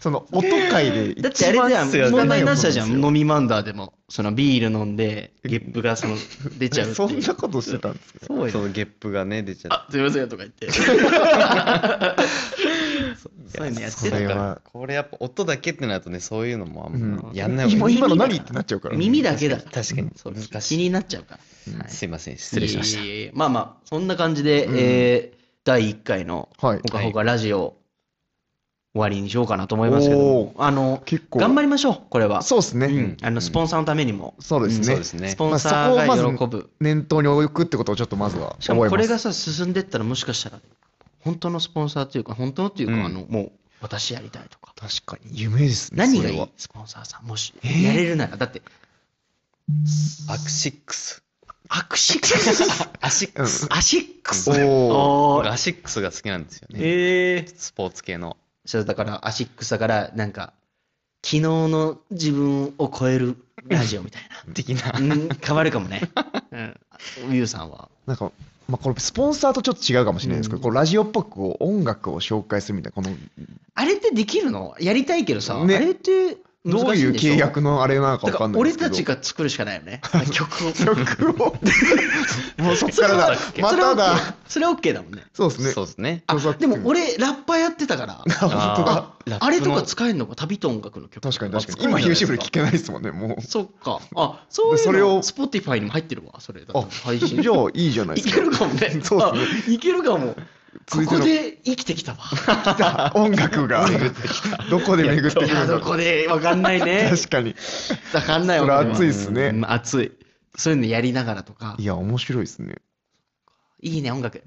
Speaker 3: その音界で一
Speaker 2: だってあれじゃん、
Speaker 4: 一番っすよね
Speaker 2: 問題になっちゃうじゃん、
Speaker 3: そうなんですよ
Speaker 2: 飲みマンダーでも。そのビール飲んで、ゲップがその出ちゃうって
Speaker 3: そ
Speaker 2: い
Speaker 3: ん
Speaker 2: う。
Speaker 3: なことしてたんですか
Speaker 2: そう
Speaker 4: そ
Speaker 2: よ。
Speaker 4: のゲップがね、出ちゃっ
Speaker 2: あ、すいませんとか言って。そういうのやって
Speaker 3: そ
Speaker 2: た
Speaker 3: れ
Speaker 2: から。
Speaker 3: は
Speaker 4: て。これやっぱ音だけってなるとね、そういうのもあんま
Speaker 3: うん
Speaker 4: やんない
Speaker 3: 今
Speaker 4: 方がいい。
Speaker 3: 今の何ってなっちゃうからね
Speaker 2: 耳だけだから。
Speaker 4: 確かに。
Speaker 2: そう
Speaker 4: 難
Speaker 2: 気
Speaker 4: しい。
Speaker 2: になっちゃうから。はい
Speaker 4: すいません、失礼しました。
Speaker 2: いえいえいえまあまあ、そんな感じで、えー第1回の
Speaker 3: はい
Speaker 2: ほかほかラジオ、終わりにしようかなと思いますけども、あの、
Speaker 3: 結構
Speaker 2: 頑張りましょう、これは。
Speaker 3: そうですね、
Speaker 2: うんあの、スポンサーのためにも、
Speaker 3: そうです
Speaker 4: そう
Speaker 3: ね
Speaker 4: ですね。
Speaker 2: スポンサー
Speaker 3: まあそこを
Speaker 2: が
Speaker 3: まず
Speaker 2: 喜ぶ。
Speaker 3: 念頭に置くってことをちょっとまずは
Speaker 2: しか
Speaker 3: 覚
Speaker 2: も
Speaker 3: え
Speaker 2: こ
Speaker 3: ま
Speaker 2: れ
Speaker 3: す
Speaker 2: がさ、進んでったらもしかしたら、本当のスポンサーというか、本当のというか、
Speaker 4: うん
Speaker 2: あの、もう、私やりたいとか。
Speaker 3: 確かに夢ですね
Speaker 2: 何がい
Speaker 3: それはい
Speaker 2: スポンサーさん、もし、やれるなら、だって、
Speaker 4: アクシックス。
Speaker 2: アクシックス。
Speaker 4: アシックス。
Speaker 2: アシックス。お
Speaker 3: お
Speaker 4: 僕
Speaker 2: ー
Speaker 4: アシックスが好きなんですよね。
Speaker 2: えー。
Speaker 4: スポーツ系の。
Speaker 2: そうだからアシックスだからなんか昨日の自分を超えるラジオみたいな
Speaker 4: 的な。
Speaker 2: うん変わるか もね、うん、ゆうさんは
Speaker 3: なんか、まあ、これスポンサーとちょっと違うかもしれないですけど、こうラジオっぽくこう音楽を紹介するみたいなこの
Speaker 2: あれってできるのやりたいけどさ、
Speaker 3: ね
Speaker 2: あれって
Speaker 3: どう
Speaker 2: 難し
Speaker 3: い
Speaker 2: い
Speaker 3: うん
Speaker 2: でしょ
Speaker 3: 契約のあれなの
Speaker 2: だ
Speaker 3: かわ
Speaker 2: か
Speaker 3: からんないで
Speaker 2: 俺
Speaker 3: すけど
Speaker 2: たちが作るしかないよ ね曲を
Speaker 3: 曲をもうそっからだ ま
Speaker 2: それ
Speaker 3: ただ
Speaker 2: それは OK だもんね
Speaker 3: そうですね
Speaker 4: そうですね。
Speaker 2: あ
Speaker 3: 著作
Speaker 2: で
Speaker 3: 権
Speaker 2: も俺ラッパーやってたから
Speaker 3: あ本当だ
Speaker 2: あ
Speaker 4: ラップの
Speaker 2: あれとか使えるのか旅と音楽の曲
Speaker 3: 確かに確かに
Speaker 2: あ
Speaker 3: 今ヒューシブル
Speaker 2: 使えるんじゃないです
Speaker 3: 聞けないですもんねもう
Speaker 2: そっかあそう
Speaker 3: そ
Speaker 2: い
Speaker 3: れ
Speaker 2: う
Speaker 3: を
Speaker 2: の Spotify にも入ってるわそれだって
Speaker 3: あ
Speaker 2: 配信
Speaker 3: じゃあいいじゃない
Speaker 2: い
Speaker 3: です
Speaker 2: け
Speaker 3: か
Speaker 2: るかも ね。
Speaker 3: そうで
Speaker 2: あいけるかも。
Speaker 3: 続
Speaker 2: こ
Speaker 3: いての
Speaker 2: こで生きてきたわ。
Speaker 3: 音楽がどこで 巡ってく
Speaker 2: い
Speaker 3: る
Speaker 2: や、
Speaker 3: んだ
Speaker 2: ど
Speaker 3: ろう
Speaker 2: こでわかんないね。
Speaker 3: 確かに
Speaker 2: わかんない
Speaker 3: それ
Speaker 2: わ。こは
Speaker 3: 熱いっすね
Speaker 2: うん熱い。そういうのやりながらとか
Speaker 3: い。や面白いですね
Speaker 2: いいね、音楽。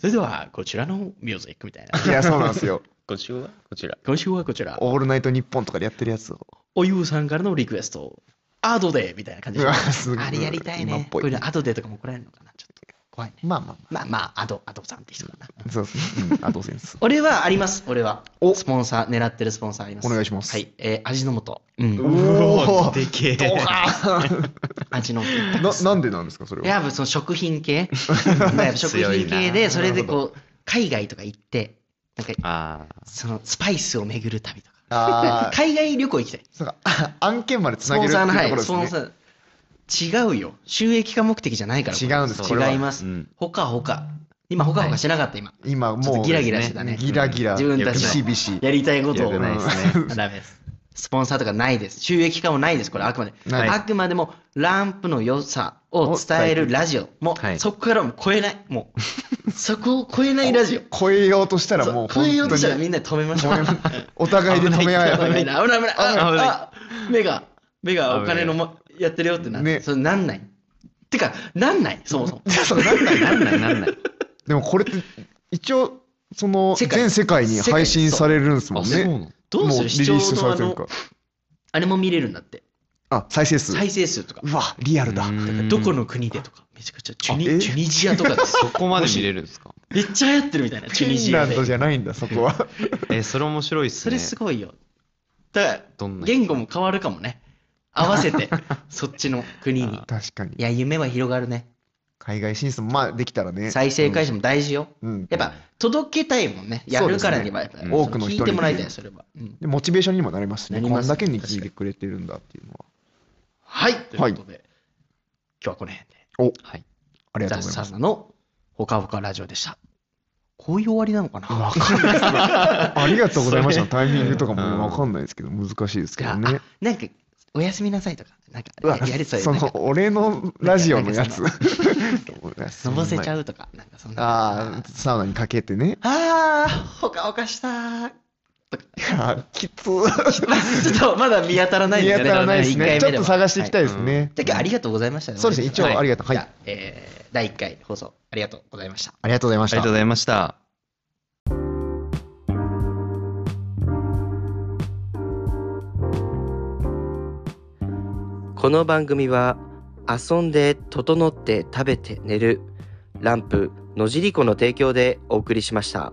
Speaker 2: それでは、こちらのミュージックみたいな。
Speaker 3: いやそうなんです よ
Speaker 4: こちらはこちら。
Speaker 2: 今週はこちら。
Speaker 3: 「
Speaker 2: お
Speaker 3: オールナイトニッポン」とかでやってるやつを
Speaker 2: ゆうさんからのリクエスト。アドでみたいな感じ
Speaker 3: う
Speaker 2: で
Speaker 3: わ。すごい
Speaker 2: あれやりたい
Speaker 3: 今っ
Speaker 2: ね。
Speaker 3: ぽ
Speaker 2: こ
Speaker 3: い
Speaker 2: れアドでとかも来られるのかな。ちょっと。怖いね。
Speaker 3: まあま
Speaker 2: まあまあ、アド、アドさんって人かな。
Speaker 3: あ、そうですね。うん、アドセン ス。
Speaker 2: 俺はあります、俺は。スポンサー、狙ってるスポンサーあります。
Speaker 3: お願いします
Speaker 2: はい、えー、味の素。うん。
Speaker 3: おー
Speaker 4: でけえ。
Speaker 2: 味の素。
Speaker 3: な、なんでなんですか、それは。
Speaker 2: やっぱその食品 系やっぱ食品系
Speaker 4: 強いな
Speaker 2: で、それでこう、海外とか行って、なんか、
Speaker 4: あ
Speaker 2: そのスパイスを巡る旅とか。
Speaker 3: あー、
Speaker 2: 海外旅行行きたい。
Speaker 3: そうか、 あ案件までつ
Speaker 2: ス
Speaker 3: な
Speaker 2: ポ
Speaker 3: げ
Speaker 2: ン
Speaker 3: るって
Speaker 2: サーの、は
Speaker 3: いうところ
Speaker 2: い、
Speaker 3: で
Speaker 2: ス
Speaker 3: す
Speaker 2: ポン
Speaker 3: ね。
Speaker 2: サー。違うよ。収益化目的じゃないから。これ
Speaker 3: 違うんです
Speaker 4: そう
Speaker 3: これは
Speaker 2: 違います。
Speaker 4: うん
Speaker 2: ほかほか。今、ほかほかしてなかった、今。
Speaker 3: 今
Speaker 2: ちょっ
Speaker 3: も
Speaker 2: と
Speaker 3: う、
Speaker 2: ギラギラしてたね。
Speaker 3: ギラギラ、
Speaker 2: 自分たちの
Speaker 3: ビシビシ。
Speaker 2: やりたいこと
Speaker 4: よ
Speaker 2: を。
Speaker 4: くないですね。
Speaker 2: ダメです。スポンサーとかないです。収益化もないです。これあくまで。
Speaker 3: はい
Speaker 2: あくまでもランプの良さを伝えるラジオ。も
Speaker 4: は
Speaker 2: う
Speaker 4: い
Speaker 2: そこからも超えない。もうそこを超えないラジオ。
Speaker 3: 超えようとしたらもう、
Speaker 2: 超えようとしたら
Speaker 3: 本
Speaker 2: みんなで止めましょう。
Speaker 3: 当に
Speaker 2: 危
Speaker 3: お互いで止め合えば
Speaker 2: ない危
Speaker 3: ね。
Speaker 2: ない危ない。
Speaker 4: 危ない
Speaker 2: あ、あ、目が、目がお
Speaker 4: 危な
Speaker 2: 金
Speaker 4: い
Speaker 2: のもやってるよってなって。
Speaker 3: ね
Speaker 2: それなんない。てか、なんない、そ もそも。
Speaker 3: そうなんない
Speaker 4: なんないなんない。
Speaker 3: でもこれって、一応、その、
Speaker 2: 世界
Speaker 3: 全世界に配信されるんですもん
Speaker 2: 世界
Speaker 3: ね。
Speaker 4: の
Speaker 2: どう
Speaker 3: も
Speaker 2: す
Speaker 3: う
Speaker 2: る
Speaker 3: リ
Speaker 2: 視
Speaker 3: リ
Speaker 2: 聴
Speaker 3: ースさ
Speaker 2: の
Speaker 3: れ
Speaker 2: あ
Speaker 3: てる
Speaker 2: の
Speaker 3: か、。
Speaker 2: あれも見れるんだって。
Speaker 3: あ、再生数。
Speaker 2: 再生数とか。
Speaker 3: うわ、リアルだ。
Speaker 2: どこの国でとか。めちゃくちゃチュニ
Speaker 3: あえ
Speaker 2: チュニジアとか です。
Speaker 4: そこまで見れるんですか
Speaker 2: めっちゃ流行ってるみたいな、
Speaker 3: フ
Speaker 2: チュニ
Speaker 3: ィン
Speaker 2: ジ
Speaker 3: ラ
Speaker 2: ア
Speaker 3: ン
Speaker 2: で
Speaker 3: ド。じゃないんだ、そこは。
Speaker 4: え、それ面白いっす
Speaker 2: そ
Speaker 4: ね。
Speaker 2: れすごいよ。だから、
Speaker 4: どんな
Speaker 2: 言語も変わるかもね。合わせ て、そっちの国に。
Speaker 3: 確かに
Speaker 2: い。や、夢は広がるね。
Speaker 3: 海外進出も、まあ、できたらね。
Speaker 2: 再生回数も大事よ。
Speaker 3: うん。
Speaker 2: やっぱ、届けたいもんね。やるからには、やっぱ、
Speaker 4: そうですね
Speaker 3: 多くの人に
Speaker 2: 聞いてもらいたい、それは。うん
Speaker 3: で、モチベーションにもなりますしね。
Speaker 2: なり
Speaker 3: こ
Speaker 2: ま
Speaker 3: ん
Speaker 2: す
Speaker 3: だけに聞いてくれてるんだっていうのは。
Speaker 2: はい、ということで、今日はこの辺で。
Speaker 4: はい。
Speaker 3: ありが
Speaker 2: ザ
Speaker 3: とう
Speaker 2: ッ
Speaker 3: ご
Speaker 2: サ
Speaker 3: ざいます。
Speaker 2: ンナのほかほかラジオでした。こういう終わりなのかなわかんない
Speaker 3: ありがとうございました。
Speaker 4: それ
Speaker 3: タイミングとかも
Speaker 4: うん
Speaker 3: わかんないですけど、難しいですけどね
Speaker 2: あ。 なんか、おやすみなさいとか、なん
Speaker 3: うわ
Speaker 2: か、ややりそうや
Speaker 3: そ
Speaker 2: なん
Speaker 3: の
Speaker 2: か、
Speaker 3: 俺のラジオのやつ。
Speaker 2: のぼせちゃ
Speaker 3: う。
Speaker 2: うとか、なんかそんな。
Speaker 3: ああ、サウナにかけてね。
Speaker 2: あー、ほかほかしたー。
Speaker 3: いやきつ。見
Speaker 2: ちょっとまだ見当たら ない
Speaker 3: 当たらないですね。ちょっと探していきたい
Speaker 2: い。
Speaker 3: ですね。
Speaker 2: てか、ありがとうございましたね。
Speaker 3: そうですね一応ありがとうはい
Speaker 2: じゃあえー第1回放送、ありがとうございました。
Speaker 3: ありがとうございま
Speaker 4: ありがとうございました。
Speaker 5: この番組は遊んで整って食べて寝るランプ野尻湖の提供でお送りしました。